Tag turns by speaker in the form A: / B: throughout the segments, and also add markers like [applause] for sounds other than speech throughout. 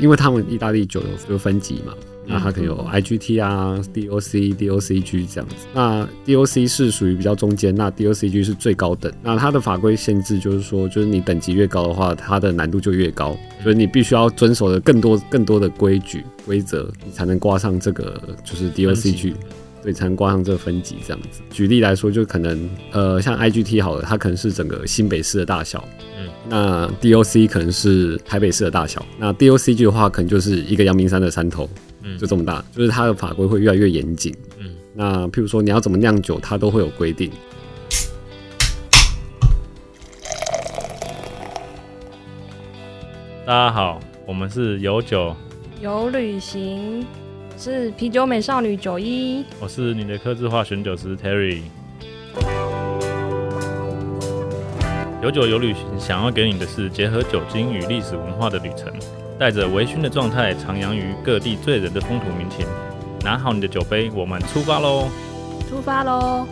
A: 因为他们意大利酒有有分级嘛，那它可能有 IGT 啊、DOC、DOCG 这样子。那 DOC 是属于比较中间，那 DOCG 是最高等。那它的法规限制就是说，就是你等级越高的话，它的难度就越高，所以你必须要遵守的更多更多的规矩规则，你才能挂上这个就是 DOCG。所以才能挂上这个分级这样子。举例来说，就可能呃，像 IGT 好了，它可能是整个新北市的大小，嗯，那 DOC 可能是台北市的大小，那 DOCG 的话，可能就是一个阳明山的山头，嗯，就这么大，就是它的法规会越来越严谨，嗯，那譬如说你要怎么酿酒，它都会有规定。
B: 大家好，我们是有酒，
C: 有旅行，是啤酒美少女九一，
B: 我是你的客制化选酒师 Terry。有酒有旅行，想要给你的是结合酒精与历史文化的旅程，带着微醺的状态徜徉于各地醉人的风土民情。拿好你的酒杯，我们出发喽！
C: 出发喽！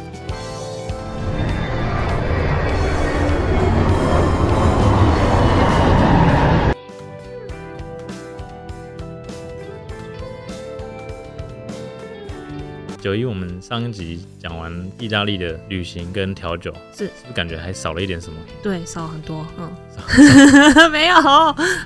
B: 九一，我们上一集讲完意大利的旅行跟调酒，
C: 是
B: 是不是感觉还少了一点什么？
C: 对，少很多，嗯， [laughs] 没有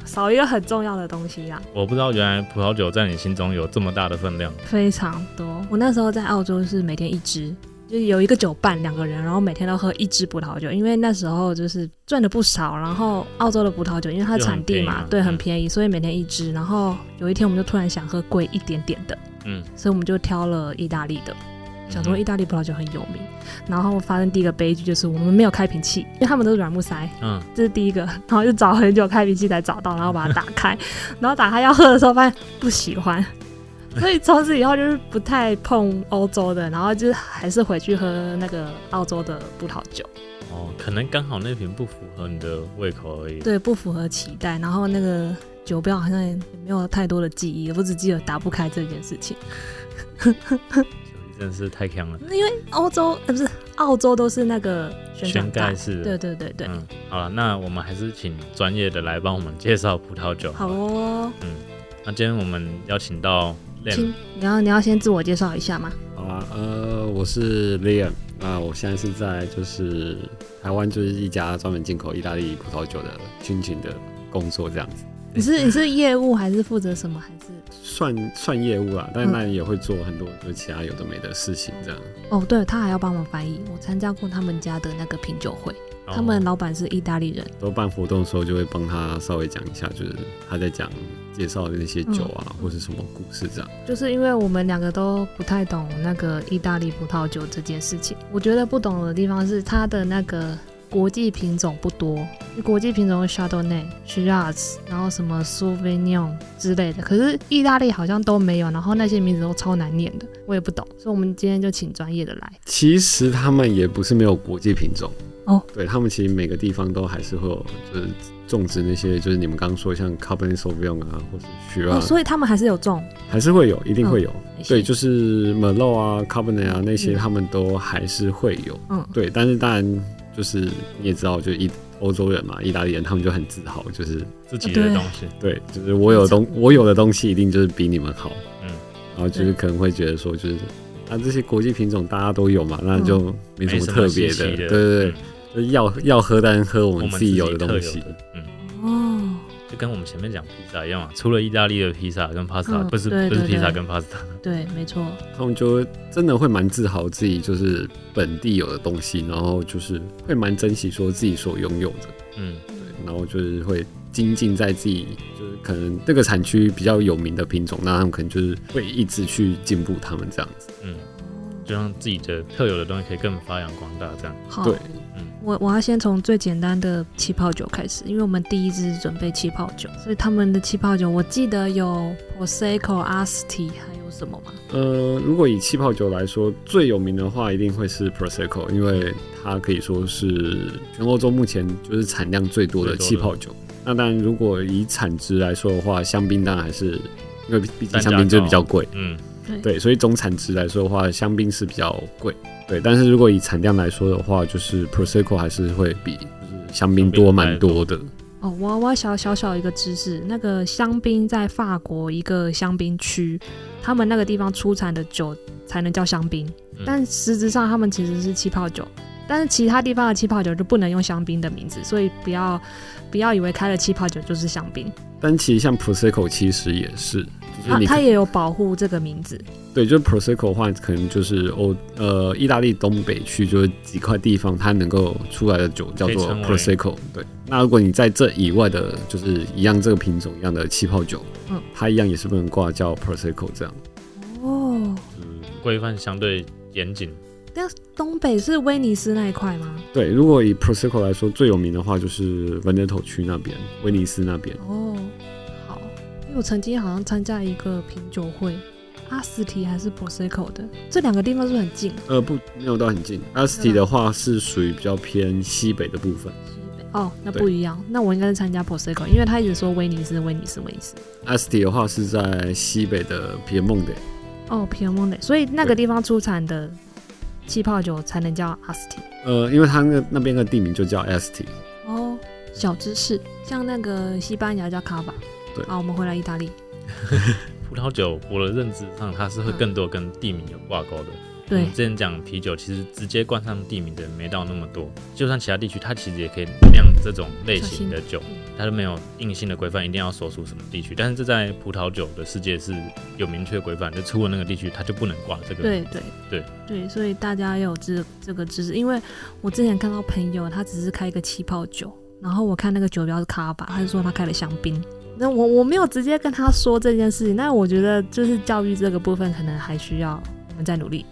C: 少一个很重要的东西啊啦，
B: 我不知道原来葡萄酒在你心中有这么大的分量。
C: 非常多。我那时候在澳洲是每天一支，就是有一个酒伴两个人，然后每天都喝一支葡萄酒，因为那时候就是赚的不少。然后澳洲的葡萄酒，因为它
B: 就很
C: 产地
B: 便宜
C: 嘛
B: 嘛，
C: 对，
B: 嗯
C: 很便宜，所以每天一支。然后有一天我们就突然想喝贵一点点的，
B: 嗯，
C: 所以我们就挑了意大利的。想说
B: 嗯
C: 意大利葡萄酒很有名，然后发生第一个悲剧就是我们没有开瓶器，因为他们都是软木塞，
B: 嗯，
C: 这是第一个，然后就找很久开瓶器才找到，然后把它打开，然后打开要喝的时候发现不喜欢，
B: 哎
C: [laughs] 所以从此以后就是不太碰欧洲的，然后就是还是回去喝那个澳洲的葡萄酒，
B: 哦，可能刚好那瓶不符合你的胃口而已。
C: 对，不符合期待，然后那个酒标好像也没有太多的记忆，我只记得打不开这件事情。
B: 九一真的是太强了，
C: 因为欧洲呃不是澳洲都是那个旋转
B: 全盖式。
C: 对对对对，
B: 嗯，好了，那我们还是请专业的来帮我们介绍葡萄酒。
C: 好
B: 了
C: 哦，
B: 那今天我们邀请到 Len，
C: 亲，你要你要先自我介绍一下吗？
A: 好啊，呃，我是 Liam，那我现在是在就是台湾就是一家专门进口意大利葡萄酒的军群的工作这样子。
C: 你是你是业务还是负责什么？还是
A: 算算业务啦，但
C: 嗯
A: 那也会做很多就其他有的没的事情这样。
C: 哦，对他还要帮我翻译。我参加过他们家的那个品酒会，
B: 然后
C: 他们老哦板是意大利人。
A: 都办活动的时候，就会帮他稍微讲一下，就是他在讲介绍的那些酒啊，
C: 嗯
A: 或是什么故事这样。
C: 就是因为我们两个都不太懂那个意大利葡萄酒这件事情，我觉得不懂的地方是它的那个国际品种不多，国际品种是 Chardonnay、Shiraz，然后什么 Sauvignon 之类的，可是意大利好像都没有，然后那些名字都超难念的，我也不懂，所以我们今天就请专业的来。
A: 其实他们也不是没有国际品种
C: 哦，
A: 对他们其实每个地方都还是会有，就是种植那些就是你们刚刚说像 Cabernet Sauvignon 啊，或是 s h i r a
C: 哦，所以他们还是有种，
A: 还是会有，一定会有。
C: 那些
A: 对，就是 Merlot 啊、Cabernet 啊那些，
C: 嗯
A: 他们都还是会有。
C: 嗯，
A: 对，但是当然就是你也知道，就意欧洲人嘛，意大利人他们就很自豪，就是
B: 自己的
C: 对
B: 东西，
A: 对，就是我有东我有的东西一定就是比你们好，
B: 嗯，
A: 然后就是可能会觉得说就是啊这些国际品种大家都有嘛，那就没什
B: 嗯没
A: 么
B: 什
A: 特
B: 么
A: 别
B: 稀奇
A: 的，对
B: 的
A: 对对
B: 嗯，
A: 就是要要喝但喝我
B: 我
A: 们
B: 们
A: 自己有
B: 的
A: 的东西，
B: 嗯，
C: 哦，
B: 就跟我们前面讲披萨一样嘛，除了意大利的披萨跟 pasta，、
C: 嗯
B: 不是
C: 对
B: 不是
C: 对
B: 披萨
C: 对
B: 跟 pasta， [laughs]
C: 对，没错，
A: 他们就真的会蛮自豪自己就是本地有的东西，然后就是会蛮珍惜说自己所拥有的，
B: 嗯，
A: 然后就是会精进在自己就是可能这个产区比较有名的品种，那他们可能就是会一直去进步他们这样子，
B: 嗯就让自己的特有的东西可以更发扬光大，这样。
C: 好，
A: 对。
C: 我我要先从最简单的气泡酒开始，因为我们第一支准备气泡酒，所以他们的气泡酒我记得有 Prosecco、Asti，还有什么吗？
A: 呃，如果以气泡酒来说，最有名的话一定会是 Prosecco，因为它可以说是全欧洲目前就是产量最多的气泡酒。那当然，如果以产值来说的话，香槟当然还是因为毕毕竟香槟就是比较贵，
B: 嗯，
A: 对，所以总产值来说的话，香槟是比较贵，对。但是如果以产量来说的话，就是 Prosecco 还是会比就是香槟多蛮多的，
C: 哦，我我小小小一个知识，那个香槟在法国一个香槟区，他们那个地方出产的酒才能叫香槟，
B: 嗯
C: 但实质上他们其实是气泡酒，但是其他地方的气泡酒就不能用香槟的名字，所以不要不要以为开了气泡酒就是香槟，
A: 但其实像 Prosecco 其实也是，就是
C: 它
A: 你
C: 它
A: 看
C: 也有保护这个名字，
A: 对，就是 Prosecco 的话，可能就是欧呃意大利东北区就是几块地方，它能够出来的酒叫做
B: 可以称为
A: Prosecco。对，那如果你在这以外的，就是一样这个品种一样的气泡酒，
C: 嗯，
A: 它一样也是不能挂叫 Prosecco 这样。
C: 哦，
B: 嗯规范相对严谨。
C: 那东北是威尼斯那一块吗？
A: 对，如果以 Prosecco 来说，最有名的话就是 Veneto 区那边，威尼斯那边。
C: 哦，好，因为我曾经好像参加一个品酒会，阿斯提还是 Prosecco 的，这两个地方是不是很近？啊
A: 呃，不，没有到很近。Asti 的话是属于比较偏西北的部分
C: 哦，那
A: 对
C: 不一样，那我应该是参加 Prosecco，因为他一直说威尼斯，威尼斯，威尼斯。
A: ，Asti 的话是在西北的皮蒙的。
C: 哦，皮尔蒙的，所以那个地方出产的气泡酒才能叫阿斯提。
A: 呃，因为它那那边的地名就叫 Asti。
C: 哦，小知识，像那个西班牙叫卡巴。
A: 对
C: 好，我们回来意大利。
B: 葡萄酒，我的认知上它是会更多跟地名有挂钩的。我
C: 对
B: 们，之前讲啤酒，其实直接冠上地名的人没到那么多，就算其他地区，它其实也可以酿这种类型的酒
C: 小心，
B: 嗯它都没有硬性的规范，一定要说出什么地区。但是这在葡萄酒的世界是有明确规范，就出了那个地区，它就不能挂这个。
C: 对对
B: 对
C: 对，所以大家要有这这个知识，因为我之前看到朋友他只是开一个气泡酒，然后我看那个酒标是卡巴，他就说他开了香槟。那我我没有直接跟他说这件事情，那我觉得就是教育这个部分可能还需要我们再努力。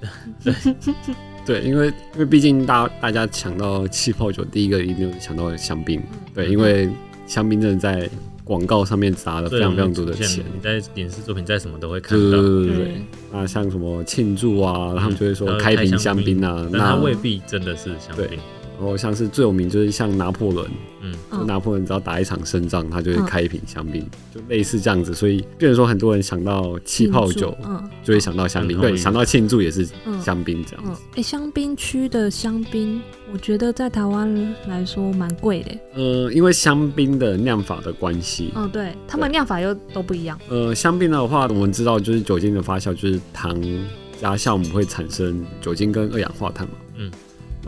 A: 对，因为因为毕竟大大家想到气泡酒，第一个一定会想到香槟。
C: 嗯
A: 对，因为香槟真的在广告上面砸了
B: 所
A: 非
B: 以
A: 常
B: 我们
A: 非常多的
B: 出
A: 钱。
B: 现你在影视作品在什么都会看
A: 对对
B: 到，
C: 嗯
A: 对对对。那像什么庆祝啊，他们就会说
B: 嗯
A: 开瓶香槟啊。
B: 但它
A: 那
B: 未必真的是香
A: 对
B: 槟。
A: 然后像是最有名就是像拿破仑，
B: 嗯，
A: 就
C: 嗯
A: 拿破仑只要打一场胜仗，他就
C: 嗯
A: 会开一瓶香槟，就类似这样子。所以，变成说很多人想到气泡酒
C: 庆祝，嗯
A: 就会想到香槟，
B: 嗯
A: 对，想到庆祝也是
C: 嗯
A: 香槟这样
C: 嗯
A: 子。，
C: 哎，香槟区的香槟，我觉得在台湾来说蛮贵的。
A: 呃，因为香槟的酿法的关系，
C: 嗯，对他们
A: 对
C: 酿法又都不一样。
A: 呃，香槟的话，我们知道就是酒精的发酵，就是糖加酵母会产生酒精跟二氧化碳嘛。
B: 嗯，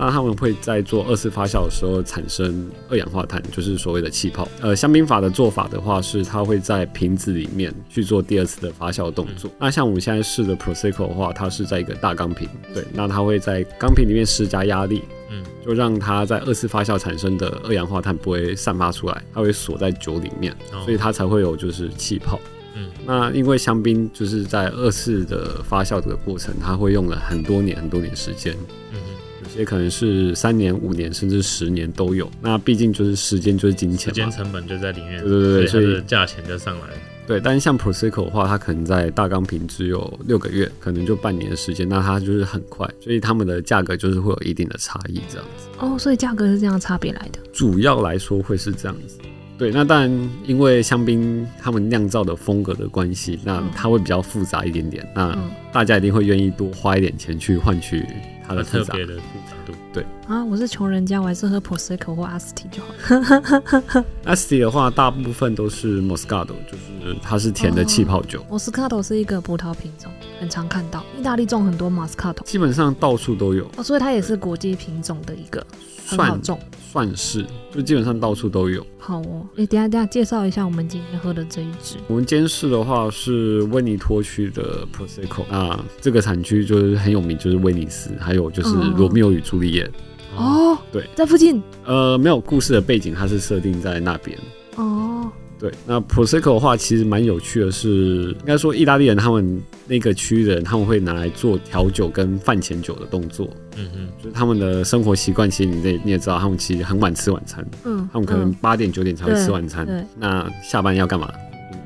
A: 那他们会在做二次发酵的时候产生二氧化碳，就是所谓的气泡。呃，香槟法的做法的话，是它会在瓶子里面去做第二次的发酵动
B: 嗯
A: 作。那像我们现在试的 prosecco 的话，它是在一个大钢瓶，对，那它会在钢瓶里面施加压力，
B: 嗯，
A: 就让它在二次发酵产生的二氧化碳不会散发出来，它会锁在酒里面。
B: 哦
A: 所以它才会有就是气泡。
B: 嗯，
A: 那因为香槟就是在二次的发酵这个过程，它会用了很多年很多年时间，
B: 嗯哼
A: 有些可能是三年、五年甚至十年都有。那毕竟就是时间就是金
B: 时
A: 钱
B: 间
A: 嘛，
B: 成本就在里面，
A: 对对对所
B: 所以
A: 以
B: 它的价钱就上来了。
A: 对。但是像 Prosecco 的话，它可能在大钢瓶只有六个月，可能就半年的时间，那它就是很快，所以他们的价格就是会有一定的差异这样子。
C: 哦，所以价格是这样差别来的。
A: 主要来说会是这样子。对，那当然，因为香槟他们酿造的风格的关系，那
C: 嗯
A: 它会比较复杂一点点。那
C: 嗯
A: 大家一定会愿意多花一点钱去换取它的
B: 很
A: 复
B: 特
A: 杂。
B: 别的复杂度。
C: 啊，我是穷人家，我还是喝 Prosecco 或阿斯提就好了。
A: a s t i 的话，大部分都是 Moscato，就是它是
B: 哦
A: 甜的气泡酒，
C: 莫斯卡 o 是一个葡萄品种，很常看到，意大利种很多 Moscato，
A: 基本上到处都有，
C: 哦，所以它也是国际品种的一个，很好
A: 算
C: 种。
A: 算是就基本上到处都有。
C: 好哦，诶，等一下等一下介绍一下我们今天喝的这一支。
A: 我们监视的话是温尼托区的 Prosecco，那这个产区就是很有名，就是威尼斯，还有就是
C: 嗯
A: 罗密欧与朱丽叶。嗯
C: 哦，
A: 对，
C: 在附近。
A: 呃，没有故事的背景，它是设定在那边。
C: 哦，
A: 对，那 prosecco 的话，其实蛮有趣的是，应该说意大利人他们那个区域的人，他们会拿来做调酒跟饭前酒的动作，
B: 嗯哼，
A: 就是他们的生活习惯。其实你也你也知道，他们其实很晚吃晚餐，
C: 嗯，
A: 他们可能
C: 嗯
A: 八点九点才会吃晚餐。
C: 对对
A: 那下班要干嘛？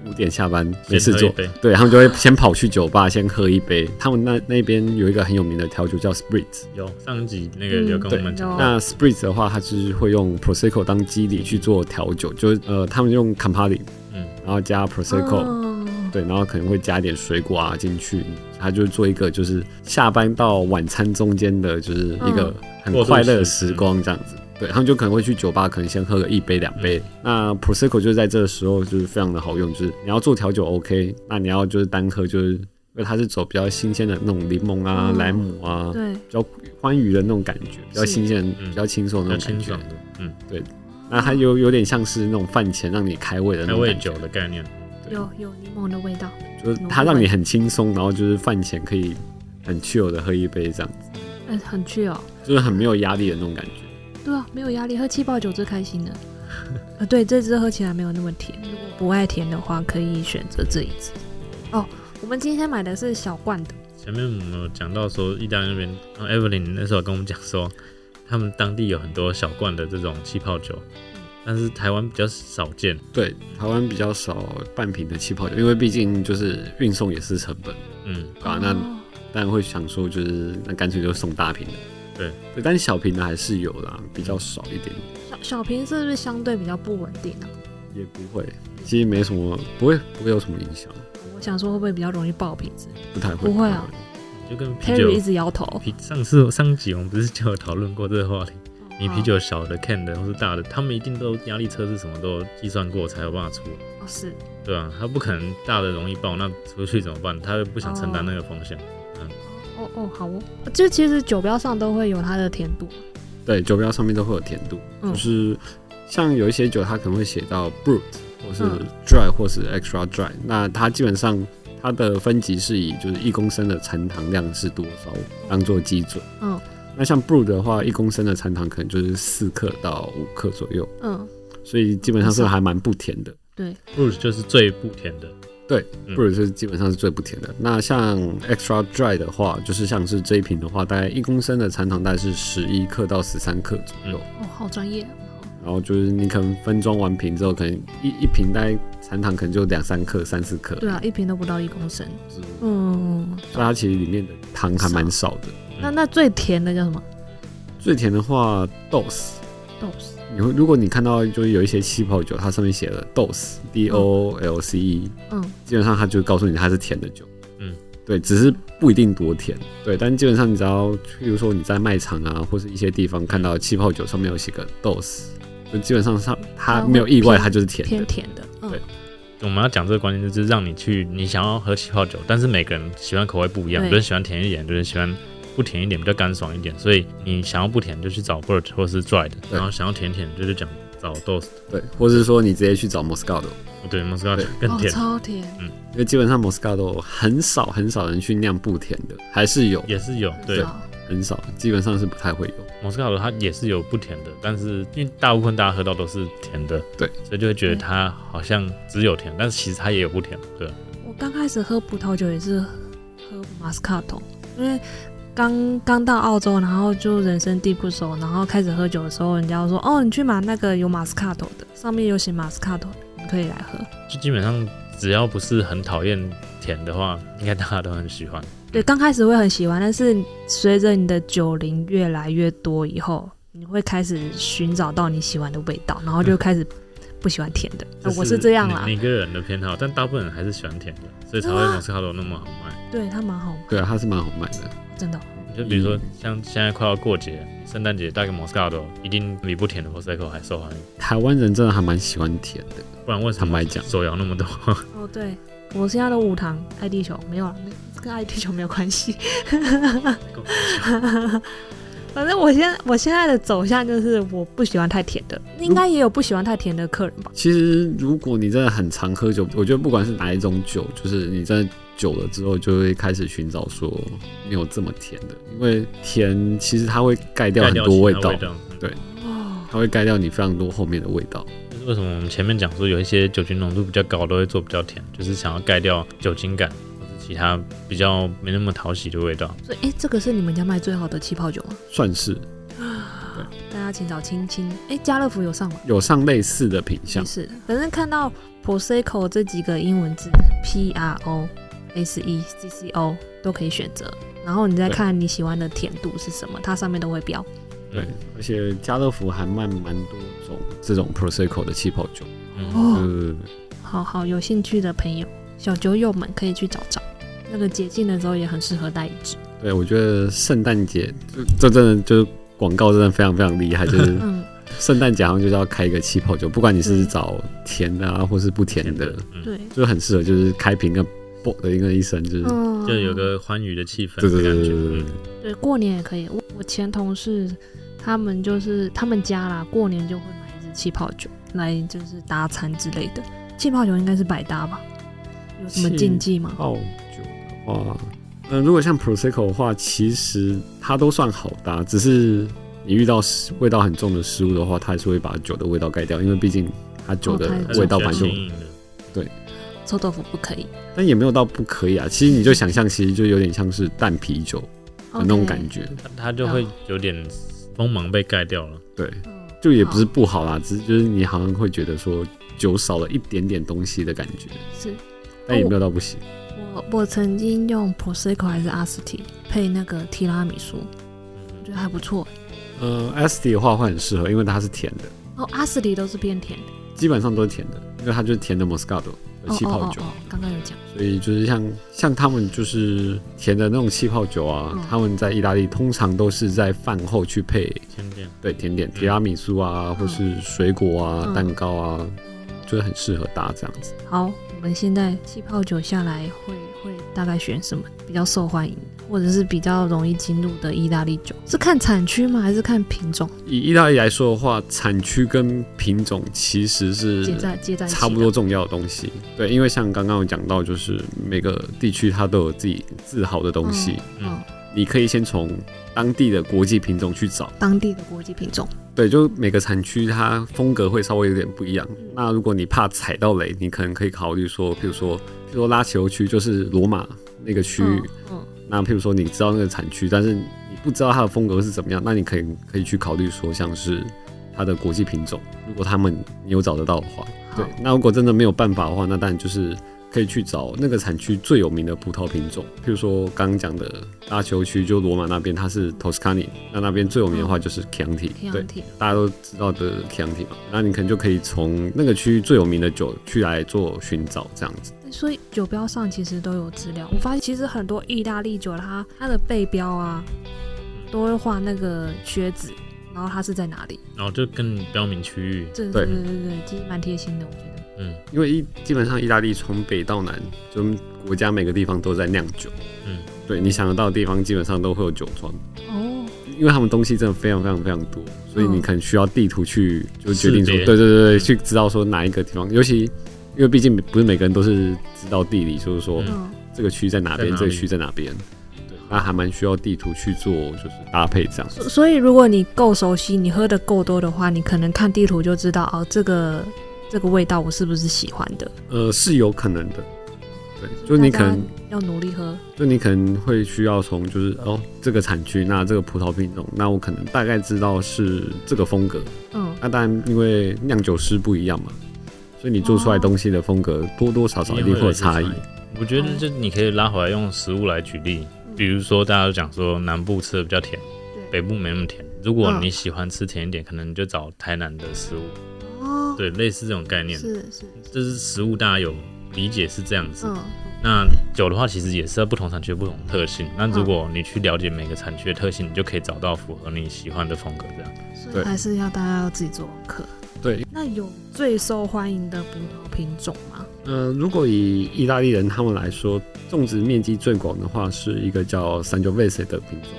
A: 五五点下班没事
B: 先
A: 做
B: 喝一，杯
A: 对他们就会先跑去酒吧先喝一杯。他们那那边有一个很有名的调酒叫 Spritz，
B: 有上一集那个有跟我们讲
C: 嗯
B: 到，
A: 那 Spritz 的话，它就是会用 Prosecco 当基底去做调酒，就是呃，他们用 Campari，
B: 嗯，
A: 然后加 Prosecco，、
C: 哦
A: 对，然后可能会加一点水果啊进去，它就做一个
C: 嗯
A: 就是下班到晚餐中间的，就是一个很
B: 过渡
A: 快乐的
B: 时
A: 时光这样子。对他们就可能会去酒吧，可能先喝个一杯两
B: 嗯
A: 杯。那 prosecco 就是在这个时候就是非常的好用，就是你要做调酒 OK，那你要就是单喝就是。因为它是走比较新鲜的那种柠檬啊、
C: 嗯
A: 莱姆啊，
C: 对，
A: 比较欢愉的那种感觉，比较
C: 是
A: 新鲜、
B: 嗯
A: 比较清爽
B: 比
A: 的
B: 较
A: 那种
B: 清
A: 感觉
B: 爽。的，嗯，
A: 那它有有点像是那种饭前让你开胃的那
B: 开
A: 种
B: 胃
A: 感觉，
B: 酒的概念，
A: 对
C: 有有柠檬的味道。
A: 就是它让你很轻松，然后就是饭前可以很 chill 的喝一杯这样子，
C: 哎、很去哦。
A: 就是很没有压力的那种感觉。
C: 对啊，没有压力，喝气泡酒最
A: [laughs]
C: 开心的。呃，对，这支喝起来没有那么甜，如果不爱甜的话，可以选择这一支。哦，我们今天买的是小罐的，
B: 前面我们有讲到说，意大利那边呃，Evelyn 那时候跟我们讲说，他们当地有很多小罐的这种气泡酒，
A: 嗯
B: 但是台湾比较少见。
A: 对，台湾比较少半瓶的气泡酒，因为毕竟就是运送也是成本，
B: 嗯，
A: 对吧、啊那
C: 哦
A: 当然会想说，就是那干脆就送大瓶的。
B: 对
A: 对，但是小瓶的还是有啦，比较少一点，
C: 小小瓶是不是相对比较不稳定啊？
A: 也不会，其实没什么，不会不会有什么影响，
C: 我想说会不会比较容易爆瓶子
A: 不太会。
C: 不会啊
B: 就跟啤酒
C: ？Terry 一直摇头，
B: 啤上次上集我们不是就有讨论过这个话题？
A: 哦
B: 你
C: 哦
B: 啤酒小的、can 的或是大的，他们一定都压力测试什么都计算过才有办法出，
C: 哦是
B: 对啊，他不可能大的容易爆，那出去怎么办？他又不想承担那个风险。
C: 哦哦好哦，就其实酒标上都会有它的甜度，
A: 对，酒标上面都会有甜度，
C: 嗯
A: 就是像有一些酒，它可能会写到 brut 或是
C: 嗯
A: dry 或是 extra dry，、那它基本上它的分级是以就是一公升的残糖量是多少当做基准。
C: 嗯
A: 那像 brut 的话，一公升的残糖可能就是四克到五克左右，
C: 嗯
A: 所以基本上是还蛮不甜的。
B: b r u c e 就是最不甜的，嗯
A: brut 是基本上是最不甜的。那像 extra dry 的话，就是像是这一瓶的话，大概一公升的残糖大概是十一克到十三克左右。
C: 哦好专业，
A: 然后就是你可能分装完瓶之后，可能一一瓶大概残糖可能就两三克、三四克，
C: 对啊，一瓶都不到一公升，
A: 就是所
C: 嗯，
A: 以它其实里面的糖还蛮少的。
C: 那那最甜的叫什么
A: 最甜的话，dose，
C: 豆豉
A: 你会如果你看到就是有一些气泡酒，它上面写了 dose，d o l c e，
C: 嗯。
A: 基本上它就告诉你它是甜的酒。
B: 嗯，
A: 对，只是不一定多甜。对，但基本上你只要，譬如说你在卖场啊，或是一些地方看到气泡酒上面有写个 dose，就基本上它它没有意外，它就是甜
C: 偏
A: 的。
C: 甜的，嗯
A: 对，
B: 我们要讲这个关键就是让你去，你想要喝气泡酒，但是每个人喜欢口味不一样，
C: 对
B: 有人喜欢甜一点，有人喜欢不甜一点，比较干爽一点。所以你想要不甜就去找 b i r d 或是 dry 的，
A: 对
B: 然后想要甜一点就去讲找 dose，
A: 对，或是说你直接去找 Moscato。
B: 对 m o s c a t
A: 对
B: 更
C: 哦，
B: 甜，
C: 超甜，
A: 因为基本上 Moscato 很少很少人去酿不甜的，还是有
B: 也是有对
C: 很少
A: 很少，基本上是不太会有。
B: m o s c a t 它也是有不甜的，但是因为大部分大家喝到都是甜的，
A: 对，
B: 所以就会觉得它好像只有甜，但是其实它也有不甜，对，啊
C: 我刚开始喝葡萄酒也是喝马斯卡托，因为刚刚到澳洲，然后就人生地不熟，然后开始喝酒的时候，人家就说哦，你去买那个有马斯卡托的，上面有写马斯卡托，你可以来喝。
B: 就基本上只要不是很讨厌甜的话，应该大家都很喜欢。
C: 对，刚开始会很喜欢，但是随着你的酒龄越来越多以后，你会开始寻找到你喜欢的味道，然后就开始不喜欢甜的。
A: 哦
C: 呃我是这样啦
B: 你，你个人的偏好，但大部分人还是喜欢甜的，所以才会
C: 真的吗
A: 啊
B: 摩斯卡罗那么好卖。
C: 对它蛮好，
A: 对啊，它是蛮好卖的。
C: 真的。
B: 就比如
A: 嗯
B: 说像现在快要过节，圣诞节带个摩斯卡罗，一定比不甜的 Prosecco 还受欢迎。
A: 台湾人真的还蛮喜欢甜的，
B: 不然为什
A: 坦
B: 么
A: 白讲，
B: 手摇那么多？
C: 哦，对，我现在都无糖爱地球，没有了，那跟爱地球没有关系。 [laughs] 反正我现在我现在的走向就是我不喜欢太甜的，应该也有不喜欢太甜的客人吧？
A: 其实如果你真的很常喝酒，我觉得不管是哪一种酒，就是你真的久了之后，就会开始寻找说没有这么甜的，因为甜其实它会盖 [laughs] 掉很多
B: 味
A: 味道，
B: 道
A: 对
C: 哦，
A: 它会盖掉你非常多后面的味道。
B: 就是为什么我们前面讲说有一些酒精浓度比较高都会做比较甜，就是想要盖掉酒精感或是其他比较没那么讨喜的味道。
C: 所以哎，这个是你们家卖最好的气泡酒吗？
A: 算是
C: 大家请找青青。哎，家乐福有上吗？
A: 有上类似的品相
C: 没，事，反正看到 Prosecco 这几个英文字 P R O S E C C O 都可以选择，然后你再
B: 对
C: 看你喜欢的甜度是什么，它上面都会标。
A: 对，而且家乐福还卖蛮多种这种 prosecco 的气泡酒，
B: 嗯，
C: 哦，
A: 呃，
C: 好好，有兴趣的朋友，小酒友们可以去找找。那个解禁的时候也很适合带一支。 [laughs]
A: 对，我觉得圣诞节这这真的就是广告真的非常非常厉害，就是
C: 嗯，
A: 圣诞节好像就是要开一个气泡酒，不管你是找甜的啊，或是不甜的，
B: 嗯，
C: 对，
A: 就很适合，就是开瓶跟啵的一个一声，就是、
C: 嗯，
B: 就有个欢愉的气氛
A: 对对
B: 的
A: 对
B: 感
A: 对
B: 觉。
A: 对对
B: 嗯
A: 对，
C: 对，过年也可以。我我前同事他们就是他们家啦，过年就会买一支气泡酒来就是搭餐之类的。气泡酒应该是百搭吧？有什么禁忌吗？
A: 泡酒的话，嗯、如果像 prosecco 的话，其实它都算好搭，只是你遇到食味道很重的食物的话，它还是会把酒的味道盖掉，因为毕竟它酒的
C: 哦它
B: 嗯它
C: 有
B: 是
A: 味道
B: 比较
A: 蛮重
B: 轻，盈的，
C: 臭豆腐不可以，
A: 但也没有到不可以啊。其实你就想象，其实就有点像是淡啤酒的哦那种
C: OK
A: 感。觉，
B: 它它就会有点锋芒被盖掉了。
A: 对，
C: 嗯
A: 就也不是不好啦，只是就是你好像会觉得说酒少了一点点东西的感觉，
C: 是
A: 但
C: 哦
A: 也没有到不行。
C: 我我曾经用 prosecco 还是阿斯提配那个提拉米苏，我觉得还不错。
A: 嗯 s D 的话会很适合，因为它是甜的，
C: 哦，阿斯提都是变甜的，
A: 基本上都是甜的，因为它就是甜的 Moscato
C: 哦
A: 和气泡酒。
C: 哦哦哦，刚刚有讲，
A: 所以就是像像他们就是甜的那种气泡酒啊，
C: 嗯
A: 他们在意大利通常都是在饭后去配
B: 先这样，
A: 对甜点提拉米苏啊，或是水果啊、
C: 嗯
A: 蛋糕啊，就是很适合搭这样子。
C: 好，我们现在气泡酒下来会会大概选什么比较受欢迎，或者是比较容易进入的意大利酒？是看产区吗？还是看品种？
A: 以意大利来说的话，产区跟品种其实是
C: 接在接在一起的
A: 差不多。重要的东西。对，因为像刚刚我讲到，就是每个地区它都有自己自豪的东西，
C: 嗯，
A: 你可以先从当地的国际品种去找。
C: 当地的国际品种。
A: 对，就每个产区它风格会稍微有点不一样。那如果你怕踩到雷，你可能可以考虑说，譬如说，譬如说拉齐欧区就是罗马那个区域，
C: 嗯嗯，
A: 那譬如说你知道那个产区，但是你不知道它的风格是怎么样，那你可以可以去考虑说，像是它的国际品种，如果他们你有找得到的话，
C: 好
A: 对。那如果真的没有办法的话，那当然就是可以去找那个产区最有名的葡萄品种，譬如说刚刚讲的拉齐欧区，就罗马那边它是 Toscani，那那边最有名的话就是 Chianti，
C: 培
A: 对
C: 养。体。
A: 大家都知道的 Chianti 嘛，那你可能就可以从那个区域最有名的酒去来做寻找，这样子。
C: 哎所以酒标上其实都有资料。我发现其实很多意大利酒，它它的背标啊，都会画那个靴子，然后它是在哪里。
B: 然后就更标明区域，
C: 这对
A: 对
C: 对对对，其实蛮贴心的，我觉得。
B: 嗯
A: 因为一基本上意大利从北到南，就国家每个地方都在酿酒，
B: 嗯，
A: 对你想得到的地方基本上都会有酒庄，
C: 哦，
A: 因为他们东西真的非常非常非常多，所以
C: 嗯
A: 你可能需要地图去就决定
B: 识
A: 说，
B: 别
A: 对对对对，去知道说哪一个地方，尤其因为毕竟不是每个人都是知道地理，就是说
B: 嗯
C: 嗯，
A: 这个区在哪边，
B: 在哪里
A: 这个区在哪边，对，那还蛮需要地图去做就是搭配这样子。
C: 所所以，如果你够熟悉，你喝的够多的话，你可能看地图就知道哦，这个这个味道我是不是喜欢的？
A: 呃，是有可能的。对，就你可能，
C: 要努力喝。
A: 就你可能会需要从就是哦这个产区，那这个葡萄品种，那我可能大概知道是这个风格。
C: 嗯，
A: 那当然，因为酿酒师不一样嘛，所以你做出来东西的风格多多少哦少一定会有差异。。
B: 我觉
C: 嗯
B: 得这你可以拉回来用食物来举例，比如说大家都讲说南部吃的比较甜，北部没那么甜。如果
C: 嗯
B: 你喜欢吃甜一点，可能你就找台南的食物，
C: 哦，
B: 对，类似这种概念。
C: 是是，
B: 这是食物，大家有理解是这样子。
C: 嗯，
B: 那酒的话，其实也是在不同产区有不同特性。
C: 嗯
B: 那如果你去了解每个产区的特性，你就可以找到符合你喜欢的风格。这样，
C: 所以
A: 对
C: 嗯还是要大家要自己做功课。
A: 对，
C: 那有最受欢迎的葡萄品种吗？
A: 嗯、如果以意大利人他们来说，种植面积最广的话是一个叫 Sangiovese 的品种，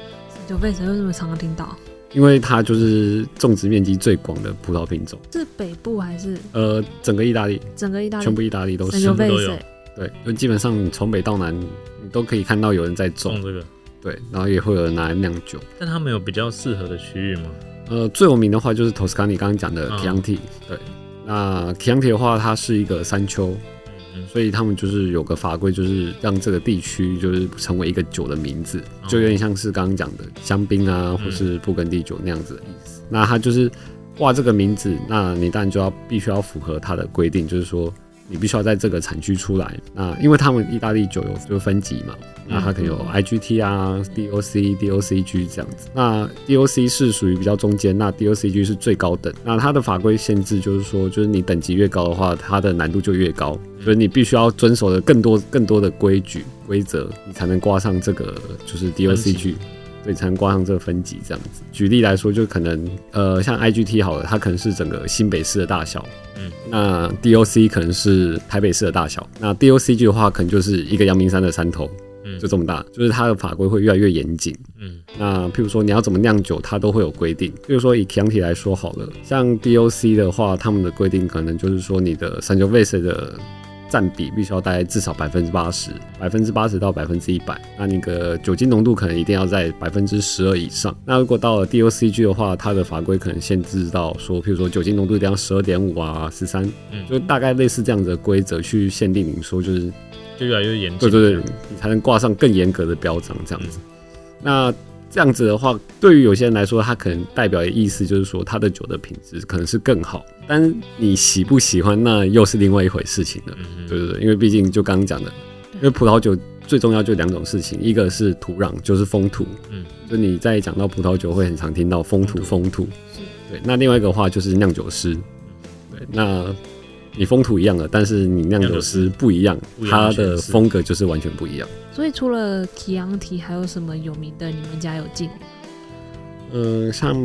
C: 酒费者为什么常常听到？
A: 因为它就是种植面积最广的葡萄品种。
C: 是北部还是
A: 呃，整个意大利，
C: 整个意大利？
A: 全部意大利都是。
C: 酒
B: 部
C: 费
B: 都有
C: 者
A: 对，就基本上你从北到南，你都可以看到有人在种
B: 种，这个，
A: 对，然后也会有人拿来酿酒。
B: 但它们有比较适合的区域吗？
A: 呃，最有名的话就是 Toscani 刚刚讲的
B: 嗯
A: Chianti，、对，那 Chianti 的话，它是一个山丘，
B: 嗯
A: 所以他们就是有个法规，就是让这个地区就是成为一个酒的名字，
B: 嗯
A: 就有点像是刚刚讲的香槟啊，或是勃艮第酒那样子的意思。那它就是挂这个名字，那你当然就要必须要符合它的规定，就是说你必须要在这个产区出来。那因为他们意大利酒有就是分级嘛，那它可能有
B: 嗯
A: IGT 啊、DOC、DOCG 这样子。那 DOC 是属于比较中间，那 DOCG 是最高等。那它的法规限制就是说，就是你等级越高的话，它的难度就越高，所以你必须要遵守的更多更多的规矩规则，你才能挂上这个就是
B: 分级
A: DOCG。对参挂上这个分级这样子。举例来说，就可能呃，像 IGT 好了，它可能是整个新北市的大小，
B: 嗯，
A: 那 DOC 可能是台北市的大小，那 DOCG 的话，可能就是一个阳明山的山头，
B: 嗯
A: 就这么大，就是它的法规会越来越严谨。
B: 嗯
A: 那譬如说你要怎么酿酒，它都会有规定。譬如说以强体来说好了，像 DOC 的话，他们的规定可能就是说你的 s a n g i o v e s 的占比必须要大概至少百分之八十，百分之八十到百分之一百。那你的酒精浓度可能一定要在百分之十二以上。那如果到了 DOCG 的话，它的法规可能限制到说，譬如说酒精浓度一定要十二点五啊，十三，
B: 嗯，
A: 就大概类似这样子的规则去限定你说就是
B: 就越来越严
A: 对
B: 谨。
A: 对对，你才能挂上更严格的标章这样子。那这样子的话，对于有些人来说，它可能代表的意思就是说，它的酒的品质可能是更好，但你喜不喜欢那又是另外一回事情了。
B: 嗯
A: 对对对，因为毕竟就刚刚讲的，因为葡萄酒最重要就两种事情，一个是土壤，就是风土。
B: 嗯，
A: 就你在讲到葡萄酒会很常听到风土风土
D: 是。
A: 对，那另外一个话就是酿酒师。对，那你风土一样的，但是你酿酒师不一样
B: 不，一样
A: 他
B: 完全
A: 的
B: 是
A: 风格就是完全不一样。
D: 所以除了提昂提，还有什么有名的？你们家有进？
A: 嗯，像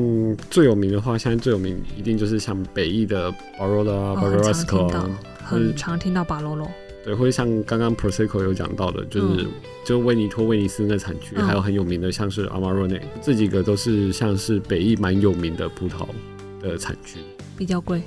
A: 最有名的话，现在最有名一定就是像北艺的 Barolo 啊、
D: 哦很
A: Barolo
D: 常
A: Rosco
D: 听到
A: 啊，，
D: 很常听到巴罗罗。
A: 对，或者像刚刚 Prosecco 有讲到的，就是、
D: 嗯
A: 就威尼托、威尼斯那产区，
D: 嗯
A: 还有很有名的像是 Amarone，这几个都是像是北意蛮有名的葡萄的产区，
D: 比较贵，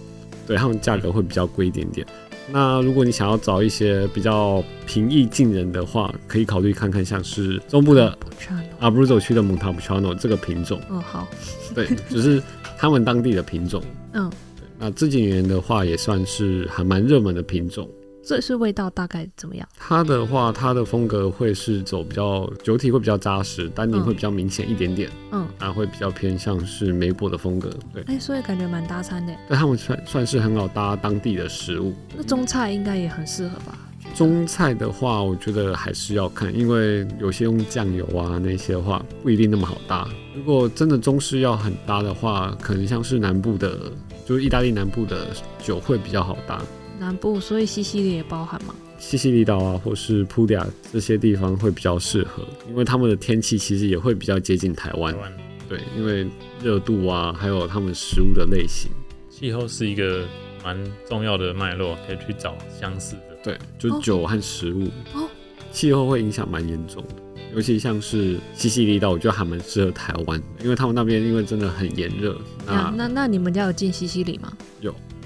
A: 对，它们价格会比较贵一点点。那如果你想要找一些比较平易近人的话，可以考虑看看像是中部的
D: 不差哦。
A: 阿布鲁佐区的蒙塔布乔诺这个品
D: [laughs]
A: 种，
D: 嗯，好，
A: 对，就是他们当地的品种。
D: 嗯，
A: 对那这几年的话，也算是还蛮热门的品种。
D: 这是味道大概怎么样？
A: 它的话，它的风格会是走比较酒体会比较扎实，单宁
D: 嗯
A: 会比较明显一点点，
D: 嗯，
A: 啊，会比较偏向是梅果的风格。对，
D: 哎、所以感觉蛮搭餐的。
A: 但他们算算是很好搭当地的食物。
D: 那中菜应该也很适合吧？
A: 中菜的话，我觉得还是要看，因为有些用酱油啊那些的话，不一定那么好搭。如果真的中式要很搭的话，可能像是南部的，就是意大利南部的酒会比较好搭。
D: 南部，所以西西里也包含嘛？
A: 西西里岛啊，或是普利亚这些地方会比较适合，因为他们的天气其实也会比较接近台湾
B: 台。湾
A: 对，因为热度啊，还有他们食物的类型，
B: 气候是一个蛮重要的脉络，可以去找相似的。
A: 对，就
D: 哦
A: 酒和食物
D: 哦，
A: 气候会影响蛮严重的。尤其像是西西里岛，我觉得还蛮适合台湾，因为他们那边因为真的很炎热。
D: 那
A: 那
D: 那那你们家有进西西里吗？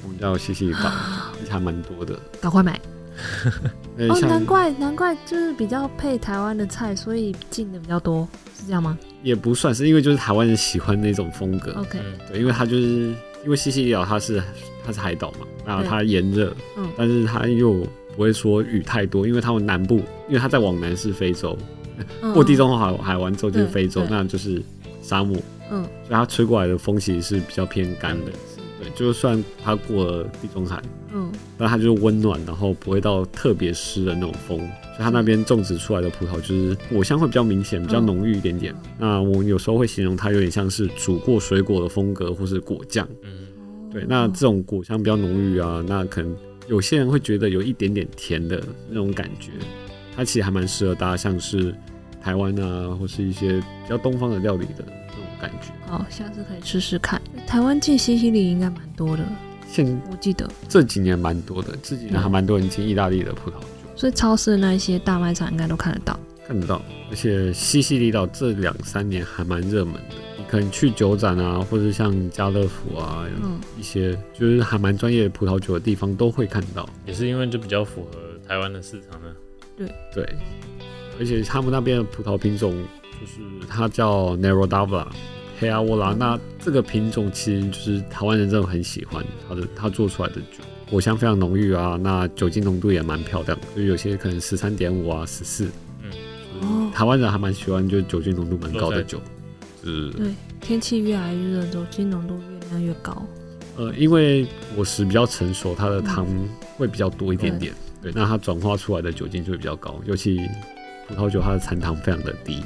A: 我们叫西西里岛，还蛮多的。
D: 赶快买啊
A: 那
D: 哦！难
A: 像
D: 怪难怪，就是比较配台湾的菜，所以进的比较多，是这样吗
A: 也不算是，因为就是台湾人喜欢那种风格。
D: ？OK，
B: 嗯，
A: 对，因为它就是因为西西里岛它是它是海岛嘛，然后
D: 对
A: 它炎热，
D: 嗯
A: 但是它又不会说雨太多，因为它们南部，因为它再往南是非洲，
D: 嗯
A: 过地，中海海湾之后就是
D: 对
A: 非洲，
D: 对
A: 那就是沙漠，
D: 嗯，
A: 所以它吹过来的风其实是比较偏干的。对，就算它过了地中海，
D: 嗯，
A: 但它就是温暖，然后不会到特别湿的那种风，所以它那边种植出来的葡萄就是果香会比较明显，比较
D: 嗯
A: 浓郁一点点。那我们有时候会形容它有点像是煮过水果的风格，或是果酱。
B: 嗯，
C: 哦
D: 嗯
A: 对，那这种果香比较浓郁啊，那可能有些人会觉得有一点点甜的那种感觉，它其实还蛮适合搭像是台湾啊，或是一些比较东方的料理的那种感觉。
D: 好，下次可以试试看。台湾进西西里应该蛮多的，
A: 现
D: 我记得，
A: 这几年蛮多的，这几年还蛮多人进意大利的葡萄酒
D: 所以超市那一些大卖场应该都看得到。
A: 看得到，而且西西里岛这两三年还蛮热门的。你可能去酒展啊，或者像家乐福啊，
D: 嗯，
A: 一些就是还蛮专业的葡萄酒的地方都会看到。
B: 也是因为就比较符合台湾的市场呢。
A: 对，而且他们那边的葡萄品种就是它叫 Narrow Dabla 黑阿沃拉，那这个品种其实就是台湾人真的很喜欢它的，它做出来的酒果香非常浓郁啊，那酒精浓度也蛮漂亮的，就有些可能十三点五啊，十四，
B: 嗯
D: 哦
A: 嗯，台湾人还蛮喜欢就是酒精浓度蛮高的酒，是
D: 对，天气越来越热，酒精浓度越来越高。
A: 呃，因为果实比较成熟，它的糖会比较多一点点，对，那它转化出来的酒精就会比较高，尤其葡萄酒它的残糖非常的低。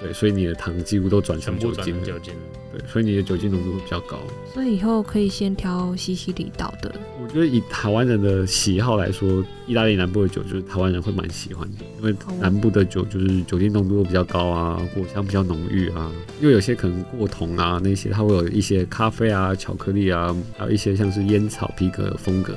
A: 对，所以你的糖几乎都转
B: 全
A: 向
B: 部
A: 酒
B: 转
A: 精
B: 成
A: 了，
B: 酒精。
A: 对，所以你的酒精浓度会比较高。
C: 所以以后可以先挑西西里岛的，
A: 我觉得以台湾人的喜好来说，意大利南部的酒就是台湾人会蛮喜欢的，因为
D: 哦
A: 南部的酒就是酒精浓度比较高啊，果香比较浓郁啊，因为有些可能过桶啊那些，它会有一些咖啡啊、巧克力啊，还有一些像是烟草皮革的风格。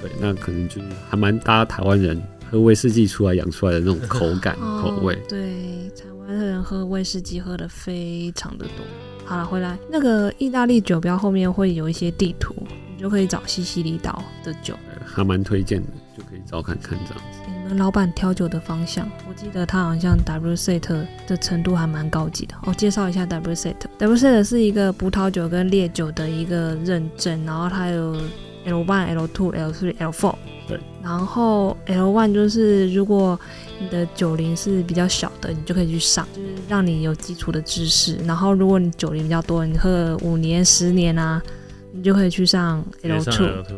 A: 对，那可能就是还蛮搭台湾人喝威士忌出来养出来的那种口感
C: 哦
A: 口味。
C: 对，台湾人喝威士忌喝的非常的多。好了，回来那个意大利酒标后面会有一些地图，你就可以找西西里岛的酒。
A: 对呃还蛮推荐的，就可以找看看这样子。
C: 你们老板挑酒的方向，我记得他好像 W Set 的程度还蛮高级的。哦，介绍一下 W Set。W Set 是一个葡萄酒跟烈酒的一个认证，然后它有 L one、L two、L three、L four。
A: 对。
C: 然后 L one 就是如果你的酒龄是比较小的，你就可以去上，就是让你有基础的知识。然后如果你酒龄比较多，你喝五年、十年啊，你就可以去上
B: 直
C: L
B: 接上
C: two。
B: L two，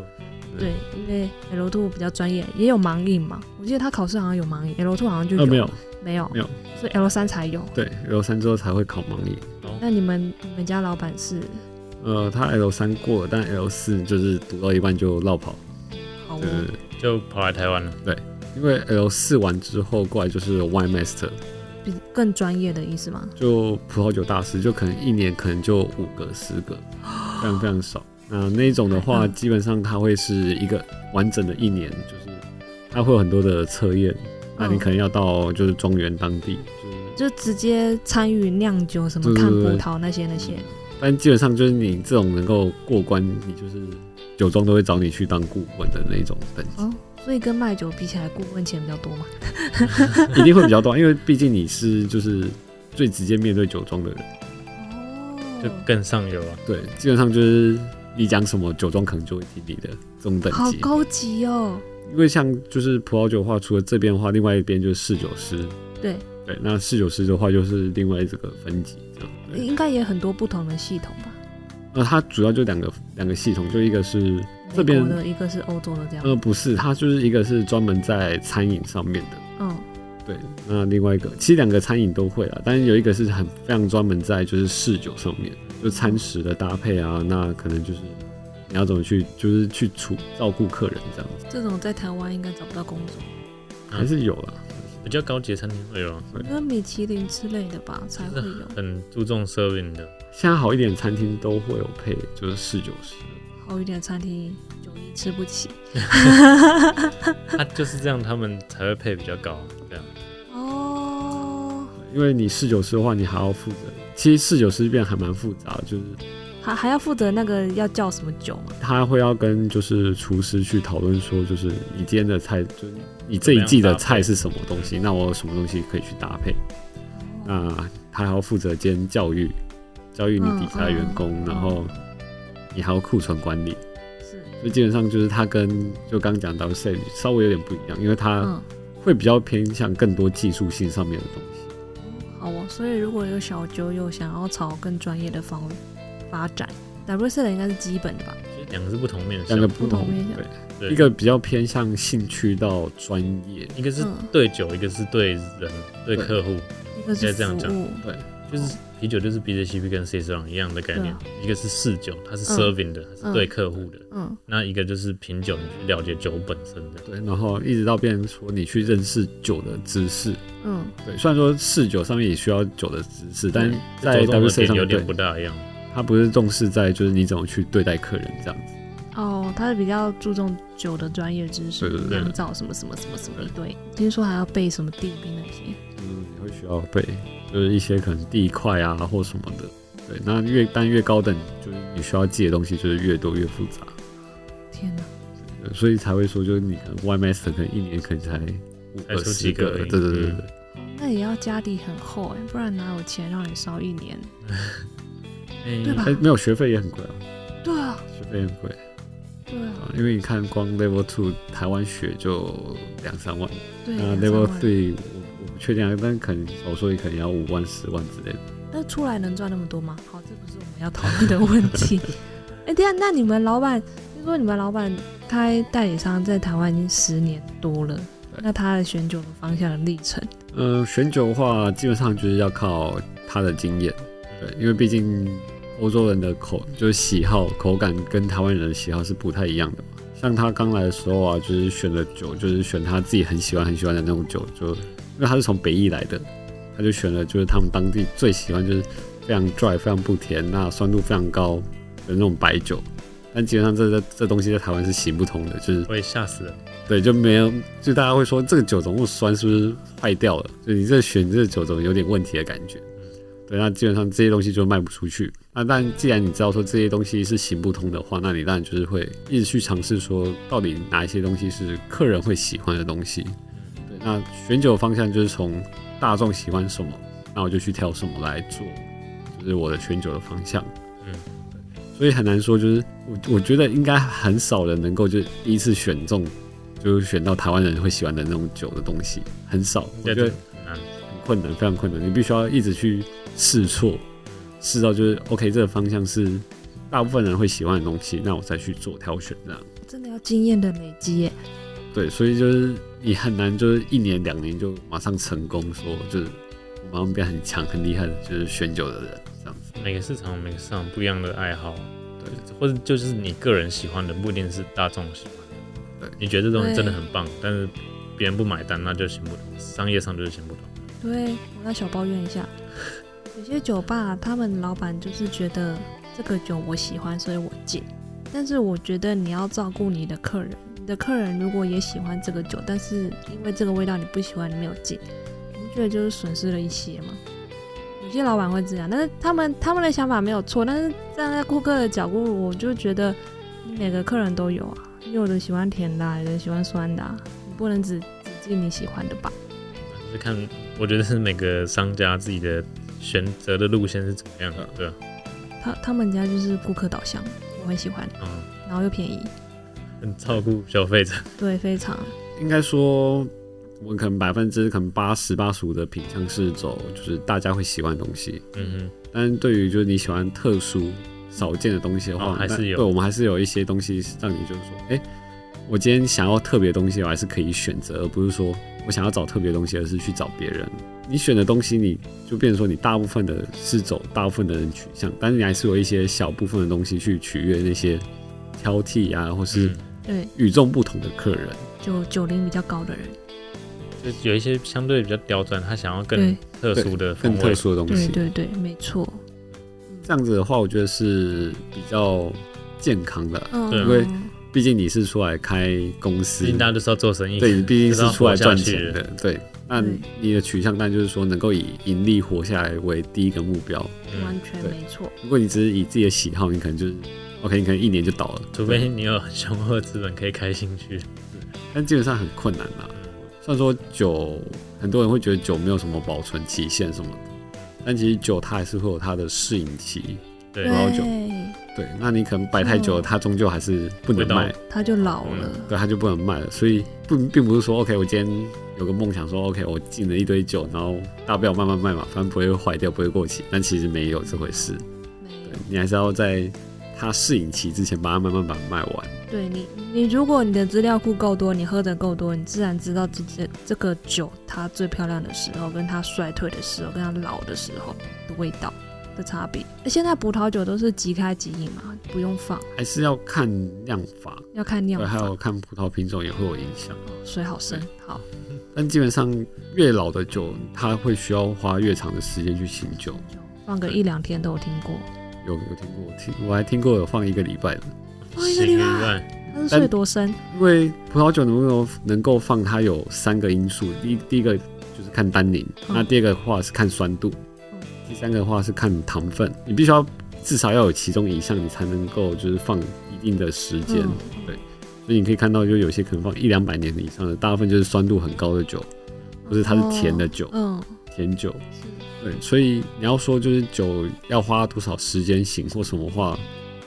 C: 对，因为 L two 比较专业，也有盲饮嘛。我记得他考试好像有盲饮，L two 好像就有、
A: 呃，没有，
C: 没有
A: 没有，
C: 所以 L 三才有。
A: 对，L 三之后才会考 [laughs] 盲饮。
C: 那你们你们家老板是
A: 呃，他 L 三过了，但 L 四就是读到一半就落跑。
C: 好哦
A: 对，对对
B: 就跑来台湾了。
A: 因为 L 四完之后过来就是 Wine Master，
C: 比更专业的意思吗？
A: 就葡萄酒大师，就可能一年可能就五个、十个，非常非常少。那那种的话，
C: 嗯
A: 基本上它会是一个完整的一年，就是它会有很多的测验。那
C: 嗯
A: 你可能要到就是中原当地，就是
C: 就直接参与酿酒什么
A: 对对
C: 看葡
A: 对
C: 萄那些那些。
A: 嗯但基本上就是你这种能够过关，你就是酒庄都会找你去当顾问的那种等级，
C: 哦，所以跟卖酒比起来，顾问钱比较多嘛。
A: [laughs] 一定会比较多，因为毕竟你是就是最直接面对酒庄的人，
B: 就
C: 哦，
B: 更上游啊。
A: 对，基本上就是你讲什么酒庄可能就会听你的这种等
C: 好
A: 级。
C: 高级哦。
A: 因为像就是葡萄酒的话，除了这边的话，另外一边就是侍酒师，
C: 对
A: 对，那侍酒师的话就是另外这个分级这样。对
C: 应该也很多不同的系统吧。
A: 那它主要就两个两个系统，就一个是这
C: 美
A: 边
C: 国，的一个是欧洲的这样。
A: 呃，不是，它就是一个是专门在餐饮上面的。
C: 嗯，
A: 对，那另外一个，其实两个餐饮都会啦，但是有一个是很非常专门在就是侍酒上面，就餐食的搭配啊，那可能就是你要怎么去就是去处照顾客人这样子，
C: 这种在台湾应该找不到工作。
A: 还是有啦。
B: 比较高级的餐厅会有啊，
A: 对
C: 应该米其林之类的吧，才会有。
B: 很注重 serving
A: [laughs]
B: 的，
A: 现在好一点的餐厅都会有配就是侍酒师，
C: 好一点的餐厅，酒一吃不起。
B: 他啊就是这样，他们才会配比较高。啊这样
C: 哦，
A: 因为你侍酒师的话，你还要负责。其实侍酒师变还蛮复杂的，就是
C: 还还要负责那个要叫什么酒嘛？
A: 他会要跟就是厨师去讨论说，就是你今天的菜，就是你这一季的菜是什么东西，那我有什么东西可以去搭配。
B: 啊
A: 那他还要负责兼教育，教育你底下的员工，
C: 嗯嗯嗯
A: 然后你还要库存管理，
C: 是，
A: 所以基本上就是他跟就刚讲到 s a g 稍微有点不一样，因为他
B: 啊
C: 嗯，
A: 会比较偏向更多技术性上面的东西。
C: 好哦。所以如果有小酒友想要朝更专业的方发展，W C 的应该是基本的吧？
B: 其实两个是不同面向，
A: 两个不
C: 不同
A: 同
C: 面，向
A: 对，
B: 对
A: 一个比较偏向兴趣到专业，
B: 一个是
C: 嗯
B: 对酒，一个是对人对
A: 对
B: 客户。
C: 一个
B: 应
C: 是
B: 该这样
C: 服
B: 讲
C: 务，
B: 就是啤酒就是 BJCP 跟 C 朗一样的概念，一个是侍酒，它是
C: 啊嗯
B: serving 的，它是对客户的；
C: 嗯，
B: 那一个就是品酒，你去了解酒本身的。
A: 对，然后一直到变成说你去认识酒的知识，
C: 嗯，
A: 对，虽然说侍酒上面也需要酒的知识，但
C: 对
A: 在
B: 着重的
A: W C
B: 点
A: 上
B: 有
A: 面
B: 点
A: 对
B: 不大一样，
A: 它不是重视在就是你怎么去对待客人这样子，
C: 哦，他是比较注重酒的专业知识，
A: 对对对
C: 酿造什么什么什么什么一堆，听说还要背什么地名那些。
A: 就是你会需要被就是一些可能地块啊或什么的，对，那越但越高等，就是你需要记的东西就是越多越复杂，
C: 天哪！
A: 对所以才会说就是你可能 Y Master 可能一年可能才五
B: 才
A: 个
B: 出
A: 十
B: 几
A: 个，
B: 个而已
A: 对对对对
B: 嗯
A: 对。
C: 那也要家底很厚哎、不然哪有钱让你烧一年？
B: 哎
C: 对吧
A: 哎、没有学费也很贵啊，
C: 对啊，
A: 学费很贵
C: 对啊，
A: 啊，因为你看光 Level Two 台湾学就两三万，
C: 对。
A: 那
C: 两三
A: Level
C: 万
A: Three 我我不确定啊，但可能少说也可能要五万十万之类的。
C: 那出来能赚那么多吗？好，这不是我们要讨论的问题。哎、对啊，那你们老板，听说你们老板开代理商在台湾已经十年多了，
A: 对
C: 那他的选酒的方向的历程，
A: 呃，选酒的话，基本上就是要靠他的经验，对，因为毕竟欧洲人的口就是喜好口感跟台湾人的喜好是不太一样的嘛。像他刚来的时候啊，就是选的酒，就是选他自己很喜欢很喜欢的那种酒，就因为他是从北意来的，他就选了就是他们当地最喜欢就是非常 dry、非常不甜，那酸度非常高的那种白酒。但基本上这这这东西在台湾是行不通的，就是
B: 哎我也吓死了。
A: 对，就没有，就大家会说这个酒怎么那么酸，是不是坏掉了？就你这选这个酒怎么有点问题的感觉？对，那基本上这些东西就卖不出去。那但既然你知道说这些东西是行不通的话，那你当然就是会一直去尝试说，到底哪一些东西是客人会喜欢的东西。对，那选酒方向就是从大众喜欢什么，那我就去挑什么来做，就是我的选酒的方向。
B: 嗯
A: 对，所以很难说，就是我我觉得应该很少人能够就是第一次选中就是选到台湾人会喜欢的那种酒的东西，很少，我
B: 对
A: 觉得
B: 对
A: 很，困难，非常困难。你必须要一直去试错，试到就是 OK 这个方向是大部分人会喜欢的东西，那我再去做挑选这样。
C: 真的要经验的累积耶。
A: 对，所以就是你很难就是一年两年就马上成功，说就是我马上变很强很厉害的，就是选酒的人这样子。
B: 每个市场有每个市场不一样的爱好，对，或者就是你个人喜欢的，不一定是大众喜欢的。
A: 对
B: 你觉得这东西真的很棒，但是别人不买单，那就行不通。商业上就是行不通。
C: 对，我要小抱怨一下，有些酒吧他们老板就是觉得这个酒我喜欢，所以我进。但是我觉得你要照顾你的客人，你的客人如果也喜欢这个酒，但是因为这个味道你不喜欢，你没有进，你不觉得就是损失了一些吗？有些老板会这样，但是他们他们的想法没有错，但是站在顾客的角度，我就觉得你每个客人都有啊，有的喜欢甜的啊、有的喜欢酸的、啊，你不能只只进你喜欢的吧？
B: 就是看，我觉得是每个商家自己的选择的路线是怎么样
C: 嗯
B: 的，对吧？啊
C: 他他们家就是顾客导向，我很喜欢，
B: 嗯，
C: 然后又便宜，
B: 很照顾消费者。
C: 对，非常
A: 应该说，我可能百分之可能八十八十五的品相是走就是大家会喜欢的东西，
B: 嗯
A: 但是对于就是你喜欢特殊少见的东西的话，
B: 哦还是
A: 那
B: 有
A: 对我们还是有一些东西让你就是说，哎、我今天想要特别的东西，我还是可以选择，而不是说我想要找特别的东西，而是去找别人。你选的东西，你就变成说你大部分的是走大部分的人取向，但是你还是有一些小部分的东西去取悦那些挑剔啊，或
B: 哼，
A: 是
B: 嗯
C: 对，
A: 与众不同的客人。
C: 就酒龄比较高的人，
B: 就有一些相对比较刁钻，他想要更
C: 对
B: 特殊的
A: 更
B: 风味嗯
A: 特。殊的东
C: 对
A: 西，
C: 对对，没错，
A: 这样子的话，我觉得是比较健康的。
C: 嗯，
B: 对
A: 因为毕竟你是出来开公司，
B: 毕竟大家都是要做生意，
A: 对，你毕竟是出来赚
B: 就是
A: 钱
B: 要活
A: 的，对。那
C: 对
A: 你的取向当然就是说能够以盈利活下来为第一个目标。
B: 嗯，
C: 完全
A: 对
C: 没错，
A: 如果你只是以自己的喜好，你可能就是 OK，你可能一年就倒了，
B: 除非你有很雄厚的资本可以开兴趣。
A: 但基本上很困难啦。虽然说酒，很多人会觉得酒没有什么保存期限什么的，但其实酒它还是会有它的适应期。
B: 对，
A: 然后
C: 对
A: 就，对，那你可能摆太久了，
C: 哦
A: 它终究还是不能
B: 味道
A: 卖。
C: 他就老了，
A: 对，他就不能卖了。所以并并不是说 OK，我今天有个梦想说 OK，我进了一堆酒，然后大不了慢慢卖嘛，反正不会坏掉，不会过期。但其实没有这回事，
C: 没
A: 对
C: 有，
A: 你还是要在它适应期之前把它慢慢把它卖完。
C: 对你你如果你的资料库够多，你喝的够多，你自然知道这这这个酒它最漂亮的时候，跟它衰退的时候，跟它老的时候的味道的差别。现在葡萄酒都是即开即饮嘛，不用放，
A: 还是要看酿法，
C: 要看酿
A: 对，还
C: 法，
A: 有看葡萄品种也会有影响。
C: 水好深，好。
A: 但基本上越老的酒，它会需要花越长的时间去醒酒。
C: 放个一两天都有听过。
A: [laughs] 有有听过，我听我还听过有放一个礼拜的。
C: 哦一个礼拜
B: 外，
C: 它是睡多深？
A: 因为葡萄酒能够能够放它有三个因素，第一第一个就是看单宁，
C: 嗯
A: 那第二个的话是看酸度，第三个的话是看糖分。你必须要至少要有其中一项，你才能够就是放一定的时间。
C: 嗯
A: 所以你可以看到，就有些可能放一两百年以上的，大部分就是酸度很高的
C: 哦
A: 酒，或是它是甜的酒，
C: 嗯，
A: 甜酒。对，所以你要说就是酒要花多少时间醒或什么话，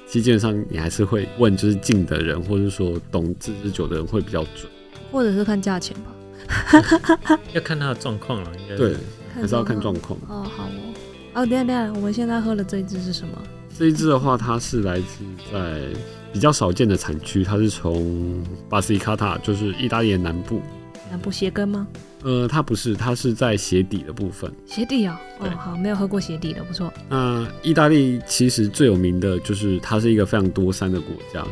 A: 其实基本上你还是会问就是敬的人，或者说懂这支酒的人会比较准。
C: 或者是看价钱吧，
B: 要看他的状况了，应该是
A: 对，
C: 还
A: [laughs] 还是要看状况。
C: [laughs] 哦，好哦。哦，等一下等一下，我们现在喝的这一支是什么？
A: 这一支的话，它是来自在比较少见的产区，它是从巴斯卡塔，就是意大利的南部，
C: 南部鞋跟吗？
A: 呃，它不是，它是在鞋底的部分。
C: 鞋底哦，哦
A: 对
C: 好，没有喝过鞋底的，不错。
A: 那意大利其实最有名的就是它是一个非常多山的国家。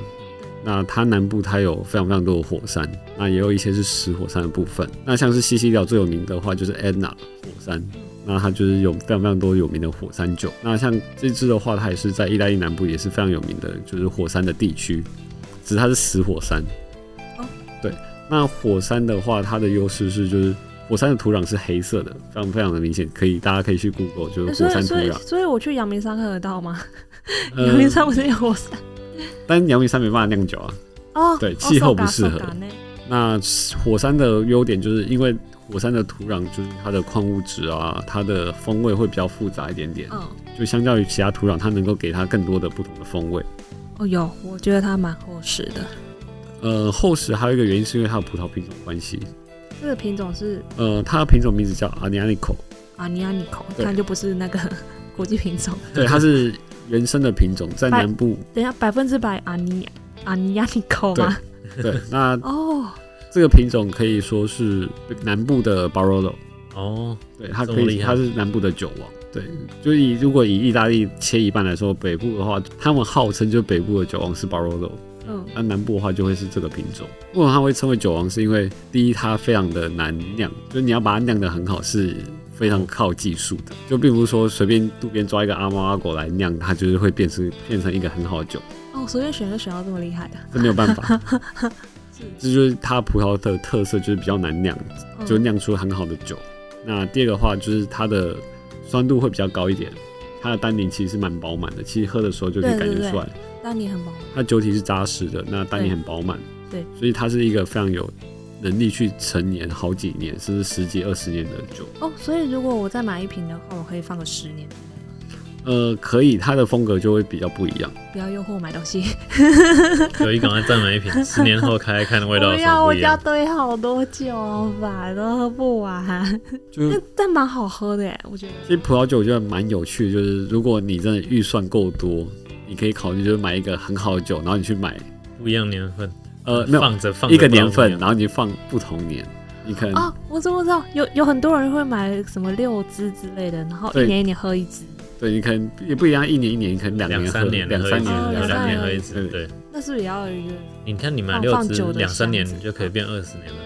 A: 那它南部它有非常非常多的火山，那也有一些是石火山的部分。那像是西西里岛最有名的话就是 Etna 火山，那它就是有非常非常多有名的火山酒。那像这支的话，它也是在意大利南部也是非常有名的，就是火山的地区，只是它是死火山。
C: 哦，
A: 对。那火山的话，它的优势是就是火山的土壤是黑色的，非常非常的明显，可以大家可以去 Google 就是
C: 所
A: 火
C: 以
A: 山土
C: 所以
A: 壤。
C: 所以我去阳明山喝得到吗？阳、
A: 呃
C: 明，山不是有火山
A: 但阳明山没办法酿酒啊。
C: 哦，
A: 对
C: 哦
A: 气候
C: ，Soga，
A: 不适合
C: Soga 呢
A: 那火山的优点就是因为火山的土壤就是它的矿物质啊，它的风味会比较复杂一点点，
C: 嗯，
A: 就相较于其他土壤，它能够给它更多的不同的风味。
C: 哦有，我觉得它蛮厚实的。
A: 呃，厚实还有一个原因是因为它的葡萄品种关系，
C: 这个品种是
A: 呃，它的品种名字叫阿尼亚尼
C: [laughs]
A: 口，
C: 阿尼亚尼孔，
A: 对
C: 它就不是那个 [laughs] 国际品种。
A: 对，它是原生的品种，在
C: 百
A: 南
C: [laughs]
A: 部。
C: 等一下，百分之百阿尼阿尼亚尼孔吗？
A: 对，那
C: 哦，
A: 这个品种可以说是南部的 Barolo，
B: 哦，
A: 对，它
B: 这
A: 可
B: 么
A: 以，
B: 厉害
A: 它是南部的酒王。对，就以如果以意大利切一半来说，北部的话，他们号称就北部的酒王是 Barolo，
C: 嗯，
A: 那南部的话就会是这个品种。为什么它会称为酒王？是因为第一，它非常的难酿，就是你要把它酿得很好是非常靠技术的，就并不是说随便路边抓一个阿猫阿狗来酿，它就是会变成变成一个很好的酒，
C: 哦，随便选就选到这么厉害的，
A: 这没有办
B: [laughs]
A: 法。这就是它葡萄的特色，就是比较难酿，
C: 嗯
A: 就酿出很好的酒。那第二个话就是它的酸度会比较高一点，它的单宁其实是蛮饱满的，其实喝的时候就可以
C: 对
A: 感
C: 对
A: 觉
C: 对
A: 出来。
C: 但你很棒。
A: 它酒体是扎实的，那单宁很饱满，
C: 对，
A: 所以它是一个非常有能力去陈年好几年，甚至十几二十年的酒。
C: 哦，所以如果我再买一瓶的话，我可以放个十年，
A: 呃，可以，它的风格就会比较不一样。
C: 不要诱惑我买东西。
B: 所以赶快再买
C: [laughs]
B: 一瓶，十年后开来看味道有
C: 不
B: 什
C: 要，
B: 么不
C: [laughs] 我
B: 一
C: 家
B: 样。
C: 堆好多酒，好烦，都喝不完。 [laughs]
A: 就是
C: 但蛮好喝的耶，我觉得。
A: 其实葡萄酒我觉得蛮有趣的，就是如果你真的预算够多，你可以考虑就是买一个很好的酒，然后你去买
B: 不一样年份，
A: 呃没有
B: 放着放着
A: 一个年
B: 不
A: 份，
B: 知道
A: 然后你放不同年，你可能、
C: 哦，我怎么知道？有有很多人会买什么六支之类的，然后一
A: 对
C: 年一年喝一支，
A: 对你可能也不一样，一年一年，你可能
B: 不一样
A: 两
B: 两
A: 年喝
B: 三年
A: 两
B: 喝
A: 三
B: 一次
A: 年
C: 哦
A: 两
B: 两
A: 三
B: 三
C: 年
B: 年
A: 年
B: 喝一次，对。
C: 那是不是也要有一个？
B: 你看你买
C: 放
B: 六
C: 放
B: 支
C: 久，的
B: 两三年
C: 箱子
B: 就可以变二十年了。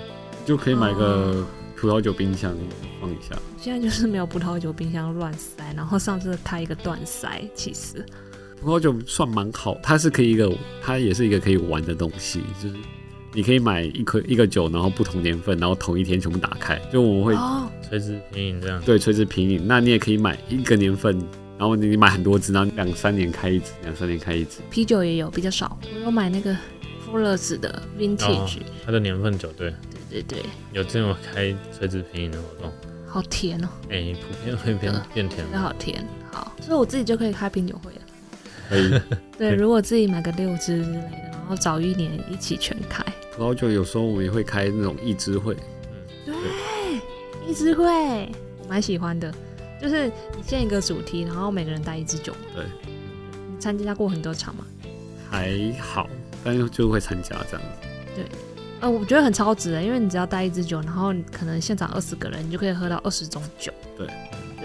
A: 就可以买
C: 哦
A: 个葡萄酒冰箱放一下。
C: 现在就是没有葡萄酒冰箱乱塞，然后上次开一个断塞，其实
A: 葡萄酒算蛮好，它是可以一个，它也是一个可以玩的东西，就是你可以买一颗一个酒，然后不同年份，然后同一天全部打开，就我们会、
C: 哦，
B: 垂直平饮这样，
A: 对垂直品饮。那你也可以买一个年份，然后你你买很多支，然后两三年开一支，两三年开一支。
C: 啤酒也有比较少，我有买那个 f u l l e r s 的 Vintage，、
A: 哦
B: 它的年份酒对，
C: 对对对，
B: 有这种开垂直平饮的活动，
C: 好甜哦，
B: 哎，普遍会变变甜
C: 真的好甜，好，所以我自己就可以开品酒会了。
A: 所以
C: [laughs] 对，
B: 对
C: 如果自己买个六支之类的，然后找一年一起全开，
A: 葡萄酒有时候我们也会开那种一支会，
C: 一支会，我蛮喜欢的，就是你限一个主题，然后每个人带一支酒。
A: 对，
C: 你参加过很多场嘛？
A: 还好，但是就会参加这样子。
C: 呃，我觉得很超值的，因为你只要带一支酒，然后你可能现场二十个人，你就可以喝到二十种酒。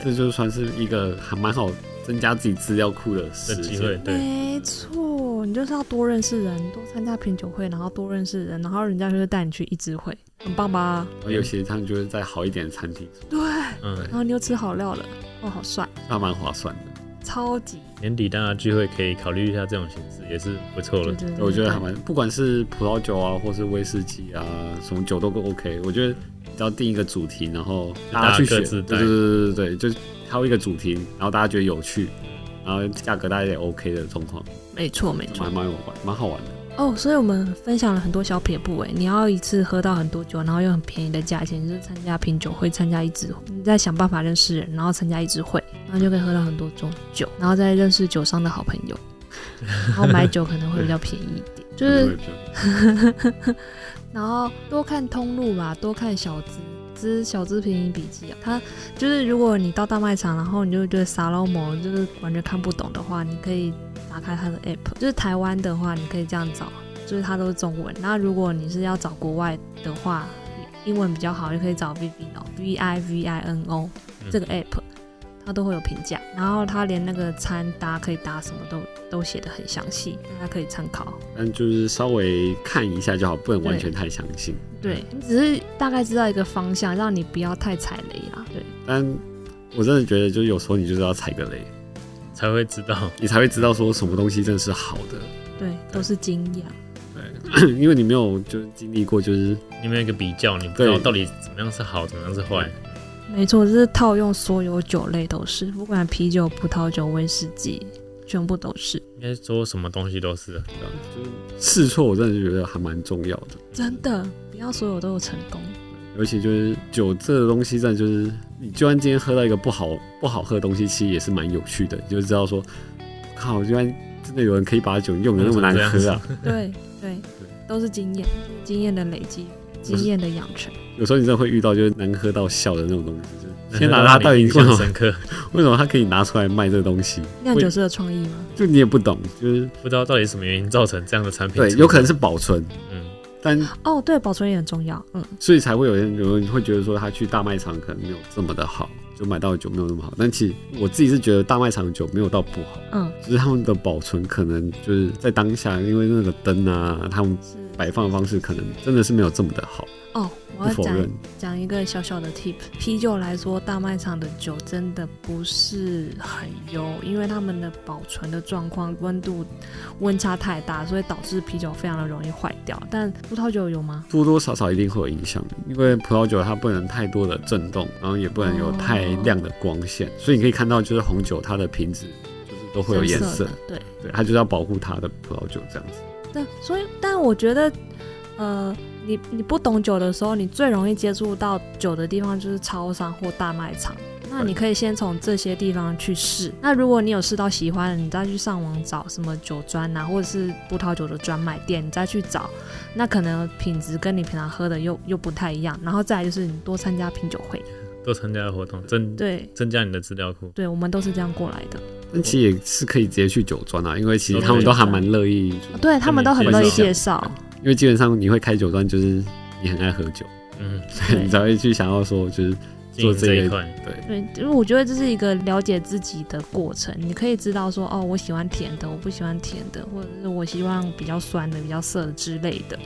A: 这就算是一个还蛮好增加自己资料库的
B: 的
A: 时
B: 机
A: 间。
B: 会，对，
C: 没错，你就是要多认识人，多参加品酒会，然后多认识人，然后人家就是带你去一支会，很棒吧？
A: 然后尤其他们就是在好一点的餐厅，
C: 对，
B: 嗯
C: 然，后你又吃好料了，哦，好帅，
A: 那蛮划算的。
C: 超级，
B: 年底大家聚会可以考虑一下这种形式，也是不错
C: 对
B: 了。
C: 对对，
A: 我觉得
C: 对
A: 还蛮，不管是葡萄酒啊，或是威士忌啊，什么酒都够 OK。我觉得只要定一个主题，然后大家去选
B: 各，自带
A: 对对对对对，就挑一个主题，然后大家觉得有趣，然后价格大家也 OK 的状况，
C: 没错没错
A: 蛮。蛮有玩，蛮好玩的。
C: 哦，所以我们分享了很多小撇步哎，你要一次喝到很多酒，然后用很便宜的价钱，就是参加品酒会，参加一支，你再想办法认识人，然后参加一支会，然后就可以喝到很多种酒，然后再认识酒商的好朋友，然后买酒可能会比较便宜一点，就
A: 可能
C: 是
A: 会比较
C: 然后多看通路吧，多看小资。资小资便宜笔记啊，它就是如果你到大卖场，然后你就觉得沙漏某就是完全看不懂的话，你可以打开它的 app。就是台湾的话，你可以这样找，就是它都是中文。那如果你是要找国外的话，英文比较好，就可以找 Vivino V I V I N O 这个 app，它都会有评价，然后它连那个餐搭可以搭什么都都写的很详细，大家可以参考。
A: 但就是稍微看一下就好，不能完全太相信。
C: 对，你只是大概知道一个方向，让你不要太踩雷啦。对，
A: 但我真的觉得，就是有时候你就是要踩个雷，
B: 才会知道。
A: 你才会知道说什么东西真的是好的。 [clears throat]
C: 对，都是经验。
A: 对，因为你没有就是经历过，就是
B: 你们有一个比较，你不知道
A: 对
B: 到底怎么样是好，怎么样是坏。
C: 没错，这是套用所有酒类都是，不管啤酒、葡萄酒、威士忌，全部都是。
B: 应该说什么东西都是啊，
A: 对啊就是试错，我真的觉得还蛮重要的。
C: 真的，不要所有都有成 [laughs] 功。
A: 尤其就是酒这个东西，真的就是你就算今天喝到一个不好不好喝的东西，其实也是蛮有趣的，你就知道说，靠，居然真的有人可以把酒用的那么难喝啊！
C: 对对，都是经验，经验的累积，经验的养成。
A: 有时候你真的会遇到就是难喝到笑的那种东西，就是天
B: [laughs] 先
A: 哪，他到底为
B: 印
A: 什
B: 象
A: 么
B: 深刻，
A: 为什么他可以拿出来卖这个东西？
C: 酿酒师的创意吗？
A: 就你也不懂，就是
B: 不知道到底是什么原因造成这样的产品出
A: 对
B: 现。，
A: 有可能是保存，
B: 嗯，
A: 但
C: 哦，对，保存也很重要。嗯，
A: 所以才会有人有人会觉得说他去大卖场可能没有这么的好，就买到的酒没有那么好。但其实我自己是觉得大卖场的酒没有到不好，
C: 嗯，
A: 只是他们的保存可能就是在当下，因为那个灯啊，他们
C: 是。
A: 摆放的方式可能真的是没有这么的好，
C: 哦，
A: 不
C: 我要
A: 否
C: 讲
A: 认。
C: 讲一个小小的 tip，啤酒来说，大卖场的酒真的不是很优，因为他们的保存的状况、温度温差太大，所以导致啤酒非常的容易坏掉。但葡萄酒有吗？
A: 多多少少一定会有影响，因为葡萄酒它不能太多的震动，然后也不能有太亮的光线，所以你可以看到就是红酒它的瓶子就是都会有颜
C: 深
A: 色，
C: 的，对。
A: 对，它就是要保护它的葡萄酒这样子。
C: 但所以，但我觉得，呃，你你不懂酒的时候，你最容易接触到酒的地方就是超商或大卖场。那你可以先从这些地方去试。那如果你有试到喜欢的，你再去上网找什么酒专啊，或者是葡萄酒的专卖店，你再去找。那可能品质跟你平常喝的又又不太一样。然后再来就是你多参加品酒会，
B: 多参加活动，增
C: 对
B: 增加你的资料库。
C: 对，我们都是这样过来的。
A: 但其实也是可以直接去酒庄啊，因为其实他们都还蛮乐意，就是
C: 嗯对他们都很乐意介绍，
A: 因为基本上你会开酒庄就是你很爱喝酒， [laughs]
B: 嗯，
A: 所以你才会去想要说就是做
B: 经营这
A: 这
B: 一
A: 个。
B: 块，
C: 对，因为我觉得这是一个了解自己的过程，你可以知道说，哦，我喜欢甜的，我不喜欢甜的，或者是我希望比较酸的、比较涩的之类的。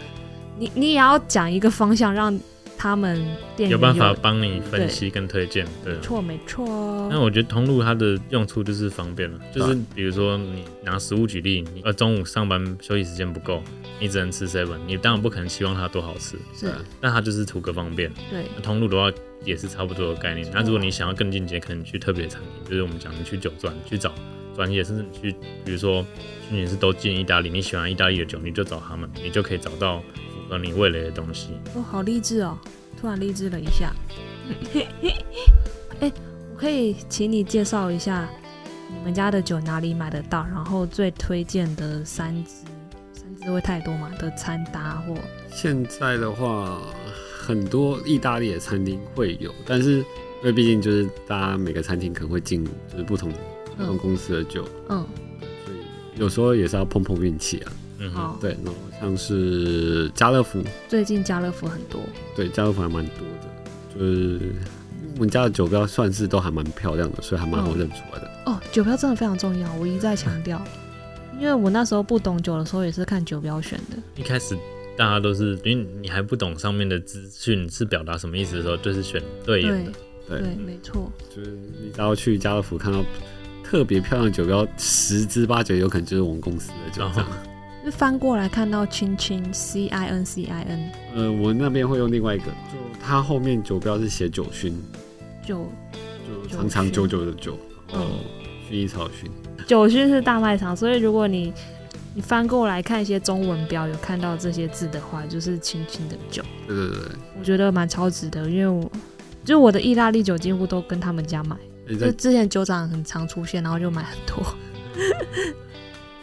C: 你你也要讲一个方向，让他们店
B: 有
C: 员
B: 办法帮你分析跟推荐。对啊
C: 没，错没错哦
B: 那。我觉得通路它的用处就是方便了，就是比如说你拿食物举例，你呃中午上班休息时间不够，你只能吃 seven，你当然不可能期望它多好吃，
C: 是，
A: 啊
B: 那它就是图个方便。
C: 对
B: 那通路的话也是差不多的概念。那如果你想要更进阶，可能去特别餐厅，就是我们讲的去酒庄去找专业，甚至你去，比如说去年是都进意大利，你喜欢意大利的酒，你就找他们，你就可以找到符合你味蕾的东西。
C: 哦，好励志哦，突然励志了一下。 [laughs] 哎、我可以请你介绍一下你们家的酒哪里买得到，然后最推荐的三支，三支会太多吗？的餐搭或
A: 现在的话，很多意大利的餐厅会有，但是因为毕竟就是大家每个餐厅可能会进就是不同不同
C: 嗯
A: 公司的酒，
C: 嗯。
A: 所以有时候也是要碰碰运气啊。
B: 嗯哼，
C: 好，
A: 对，然后像是家乐福，
C: 最近家乐福很多，
A: 对，家乐福还蛮多的，就是我们家的酒标算是都还蛮漂亮的，所以还
B: 嗯
A: 蛮好认出来的。
D: 哦
C: 哦，酒标真的非常重要，我一再强调。因为我那时候不懂酒的时候，也是看酒标选的。
B: 一开始大家都是因为你还不懂上面的资讯是表达什么意思的时候，就是选对眼的。
A: 对，
C: 对，没错。
A: 就是你只要去家乐福看到特别漂亮的酒标，十之八九有可能就是我们公司的酒
B: 然
A: 这
B: 后
A: 样。
C: 就翻过来看到亲亲 C I N C I N
A: 呃，我那边会用另外一个，就它后面酒标是写酒熏，
C: 酒
A: 就长长久久的酒，然后薰衣草熏。
C: 酒区是大卖场，所以如果你你翻过来看一些中文标，有看到这些字的话，就是亲亲的酒，
A: 对对对
C: 我觉得蛮超值的。因为我就我的意大利酒几乎都跟他们家买，
A: 对，
C: 就
A: 哎在
C: 之前酒厂很常出现，然后就买很多， [laughs]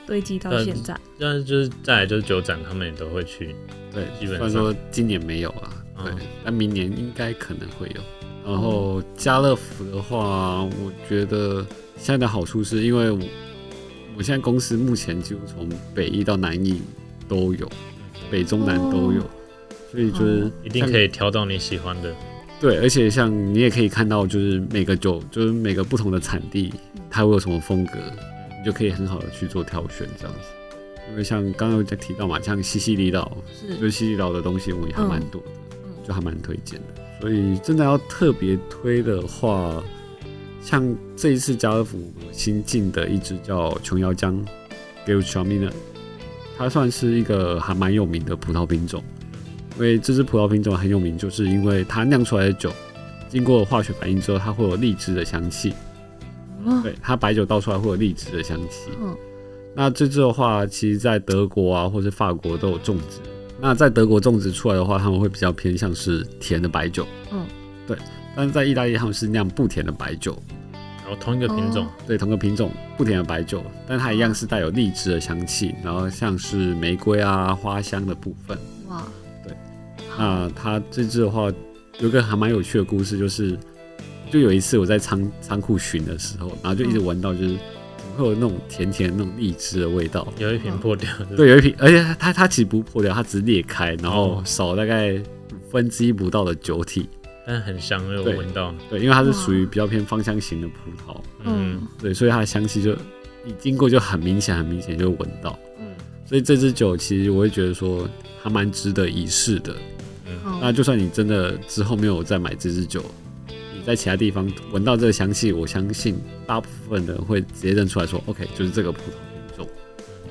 C: 堆积到
B: 呃
C: 现在。
B: 那就是再来就是酒展，他们也都会去。
A: 对，
B: 基
A: 虽
B: 本
A: 然
B: 上
A: 说今年没有啊，对
B: 嗯，
A: 但明年应该可能会有。然后家乐福的话，我觉得现在的好处是因为我我现在公司目前几乎从北一到南一都有，北中南都有
C: 哦，
A: 所以就是
B: 一定
A: 像
B: 可以挑到你喜欢的。
A: 对，而且像你也可以看到，就是每个酒，就是每个不同的产地，它会有什么风格，你就可以很好的去做挑选这样子。因为像刚刚有在提到嘛，像西西里岛，
C: 是
A: 就是西西里岛的东西我也还蛮多的，
C: 嗯嗯
A: 就还蛮推荐的。所以真的要特别推的话，像这一次家乐福新进的一支叫琼瑶浆 g i l c h a m i n a 它算是一个还蛮有名的葡萄品种。因为这支葡萄品种很有名，就是因为它酿出来的酒经过化学反应之后，它会有荔枝的香气。
C: 哦
A: 对，它白酒倒出来会有荔枝的香气。
C: 嗯
A: 那这支的话，其实在德国啊，或是法国都有种植。那在德国种植出来的话，他们会比较偏向是甜的白酒。
C: 嗯，
A: 对。但是在意大利，他们是酿不甜的白酒，
B: 然后同一个品种，
A: 对，同个品种不甜的白酒，但它一样是带有荔枝的香气，然后像是玫瑰啊、花香的部分。
C: 哇，
A: 那他这支的话，有一个还蛮有趣的故事，就是就有一次我在仓仓库巡的时候，然后就一直闻到就是怎么会有那种甜甜的那种荔枝的味道。
B: 有一瓶破掉，是不是
A: 对，有一瓶，而且它它它其实不破掉，它只是裂开，然后少大概五分之一不到的酒体。
B: 但很香，有
A: 对
B: 闻到。
A: 对，因为它是属于比较偏芳香型的葡萄，
B: 嗯
C: 嗯，
A: 对，所以它的香气就你经过就很明显，很明显就闻到。
B: 嗯
A: 所以这支酒其实我会觉得说还蛮值得一试的。
C: 好
A: 那就算你真的之后没有再买这支酒，你在其他地方闻到这个香气，我相信大部分人会直接认出来说，OK，就是这个葡萄品种。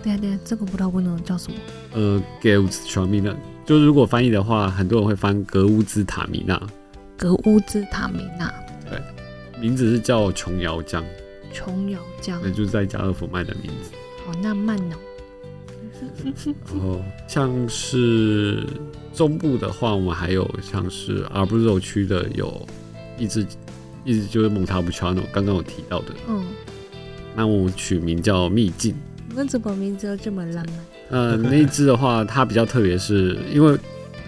C: 对啊对啊，这个葡萄品种叫什么？
A: 呃 g e l s c h a m i n a 就是如果翻译的话，很多人会翻格乌兹塔米纳，
C: 格乌兹塔米纳
A: 名字是叫琼瑶浆，
C: 琼瑶浆
A: 那。就是在家乐福卖的名字。
C: 好浪漫哦，
A: 然后哦像是中部的话，我们还有像是阿布肉区的有一支，一支就是蒙塔布乔诺，刚刚有提到的，
C: 嗯，
A: 那我取名叫秘境。
C: 你们怎么名字都这么浪漫？
A: 呃，那一支的话，它比较特别，是因为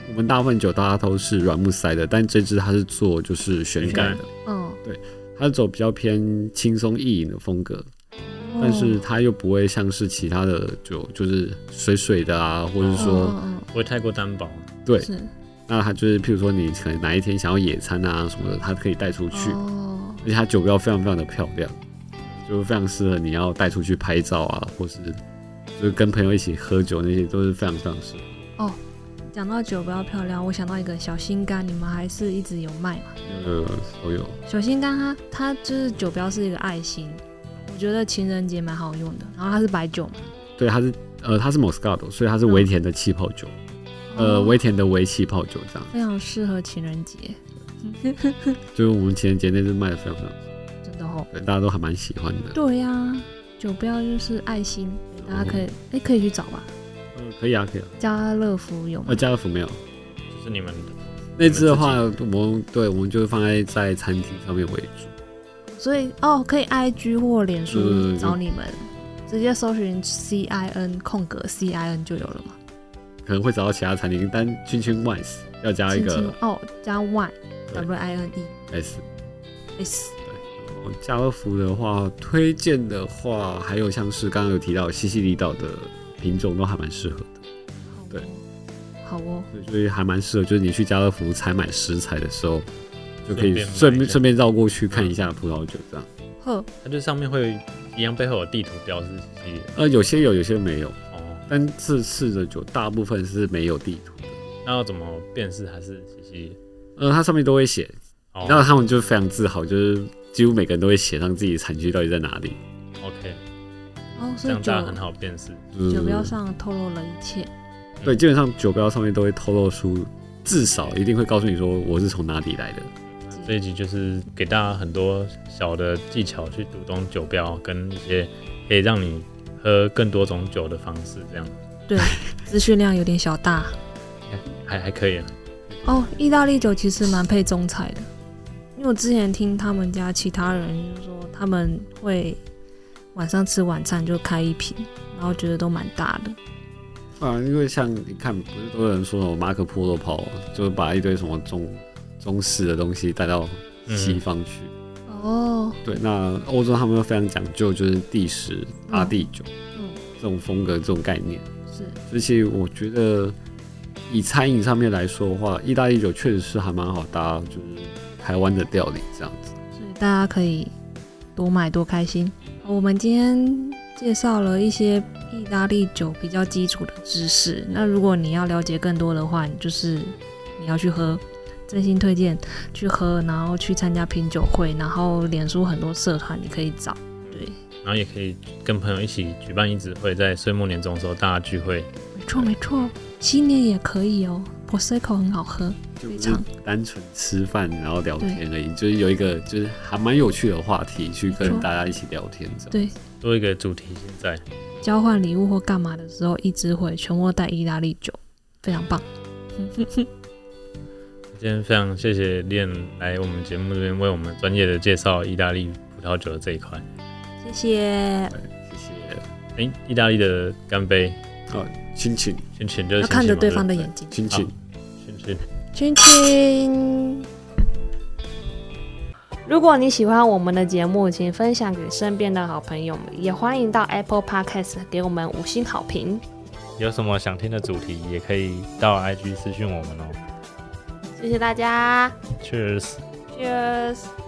A: 我们大部分酒大家都是软木塞的，但这支它是做就是悬盖的，
C: 嗯，
A: 它是走比较偏轻松易饮的风格，
C: 嗯
A: 但是它又不会像是其他的酒就是水水的啊，或者
C: 哦
A: 是说，
C: 嗯嗯
B: 不会太过单薄。
A: 对
C: 嗯，是
A: 那它就是譬如说你可能哪一天想要野餐啊什么的，它可以带出去，
C: 哦，
A: 而且它酒标非常非常的漂亮，就是非常适合你要带出去拍照啊，或是就是跟朋友一起喝酒那些都是非常非常适合。
C: 讲到酒标漂亮，我想到一个小心肝，你们还是一直有卖嘛？
A: 呃，都有。
C: 小心肝它它就是酒标是一个爱心，我觉得情人节蛮好用的。然后它是白酒嘛，
A: 对，它是呃，它是 Moscato，所以它是微甜的气泡酒，呃，
C: 哦
A: 微甜的微气泡酒这样。
C: 非常适合情人节，
A: 就是我们情人节那次卖的非常非常，
C: 真的哦。
A: 对，大家都还蛮喜欢的。
C: 对呀、酒标就是爱心，大家可以
A: 哦
C: 哎、可以去找吧，
A: 嗯，可以啊，可以啊。
C: 家乐福有吗
A: 呃，？家乐福没有
B: 就是你们的
A: 那只的话，我们对我们就放在在餐厅上面为主。
C: 所以哦，可以 I G 或脸
A: 对对
C: 书
A: 对
C: 找你们，直接搜寻 C I N 空格 C I N 就有了嘛。
A: 可能会找到其他餐厅，但圈圈 wise 要加一
C: 亲亲
A: 个
C: 哦加 Y
A: 对
C: W I N E
A: s。
C: S
A: 哦家乐福的话，推荐的话，还有像是刚刚有提到西西里岛的品种都还蛮适合的，对
C: 好哦，
A: 所以所以还蛮适合，就是你去家乐福采买食材的时候，就可
B: 顺
A: 以
B: 便买
A: 顺
B: 一
A: 便
B: 下
A: 顺便绕过去看一下葡萄酒这样。
C: 呵，
B: 它就上面会一样，背后有地图标示这些
A: 呃，有些有，有些没有，
B: 哦。
A: 但这次的酒大部分是没有地图的。
B: 那要怎么辨识还是西西？
A: 呃，它上面都会写，
B: 哦
A: 然后他们就非常自豪，就是几乎每个人都会写上自己的产区到底在哪里。
B: ，OK，
C: 哦，
B: 这
C: 所以
B: 样
C: 酒
B: 大家很好辨识。
A: 就是
C: 酒标上透露了一切，
A: 嗯对，基本上酒标上面都会透露出，至少一定会告诉你说我是从哪里来的。
B: 这一集就是给大家很多小的技巧去读懂酒标，跟一些可以让你喝更多种酒的方式，这样
C: 资讯量有点小大
B: 还还可以啊。
C: 哦。意大利酒其实蛮配中菜的，因为我之前听他们家其他人就说他们会晚上吃晚餐就开一瓶，然后觉得都蛮大的。
A: 啊，因为像你看，不是都有人说什么马可波罗跑，就是把一堆什么中中式的东西带到西
B: 嗯，
A: 方去。
C: 哦，
A: 对，那欧洲他们都非常讲究，就是地食搭地酒，
C: 嗯
A: 这种风格这种概念。
C: 是
A: 所以其实我觉得以餐饮上面来说的话，意大利酒确实是还蛮好搭，就是台湾的料理这样子。
C: 所以大家可以多买多开心。好我们今天介绍了一些意大利酒比较基础的知识，那如果你要了解更多的话，你就是你要去喝，真心推荐去喝，然后去参加品酒会，然后脸书很多社团你可以找。
B: 然后也可以跟朋友一起举办一支会，在岁末年终的时候大家聚会，
C: 没错没错，新年也可以哦，Prosecco 很好喝。
A: 就
C: 非
A: 不是
C: 常
A: 单纯吃饭然后聊天而已，就是有一个就是还蛮有趣的话题去
C: 没
A: 跟
C: 错
A: 大家一起聊天这样。
C: 对
B: 多一个主题现在。
C: 交换礼物或干嘛的时候，一支会全部都带意大利酒，非常棒。
B: 今天非常谢谢练来我们节目这边为我们专业的介绍意大利葡萄酒的这一块。
C: 谢谢，
A: 谢谢。
B: 哎、意大利的干杯，
A: 亲请
B: 先请就是
C: 要
B: 先
C: 看着
B: 请嘛
C: 对方的
B: 不
C: 眼睛，
A: 亲请
B: 好，先请。
C: 亲亲。
D: 如果你喜欢我们的节目，请分享给身边的好朋友们，也欢迎到 Apple Podcast 给我们五星好评。
B: 有什么想听的主题，也可以到 IG 私讯我们哦。
D: 谢谢大家
B: Cheers。
D: ，Cheers。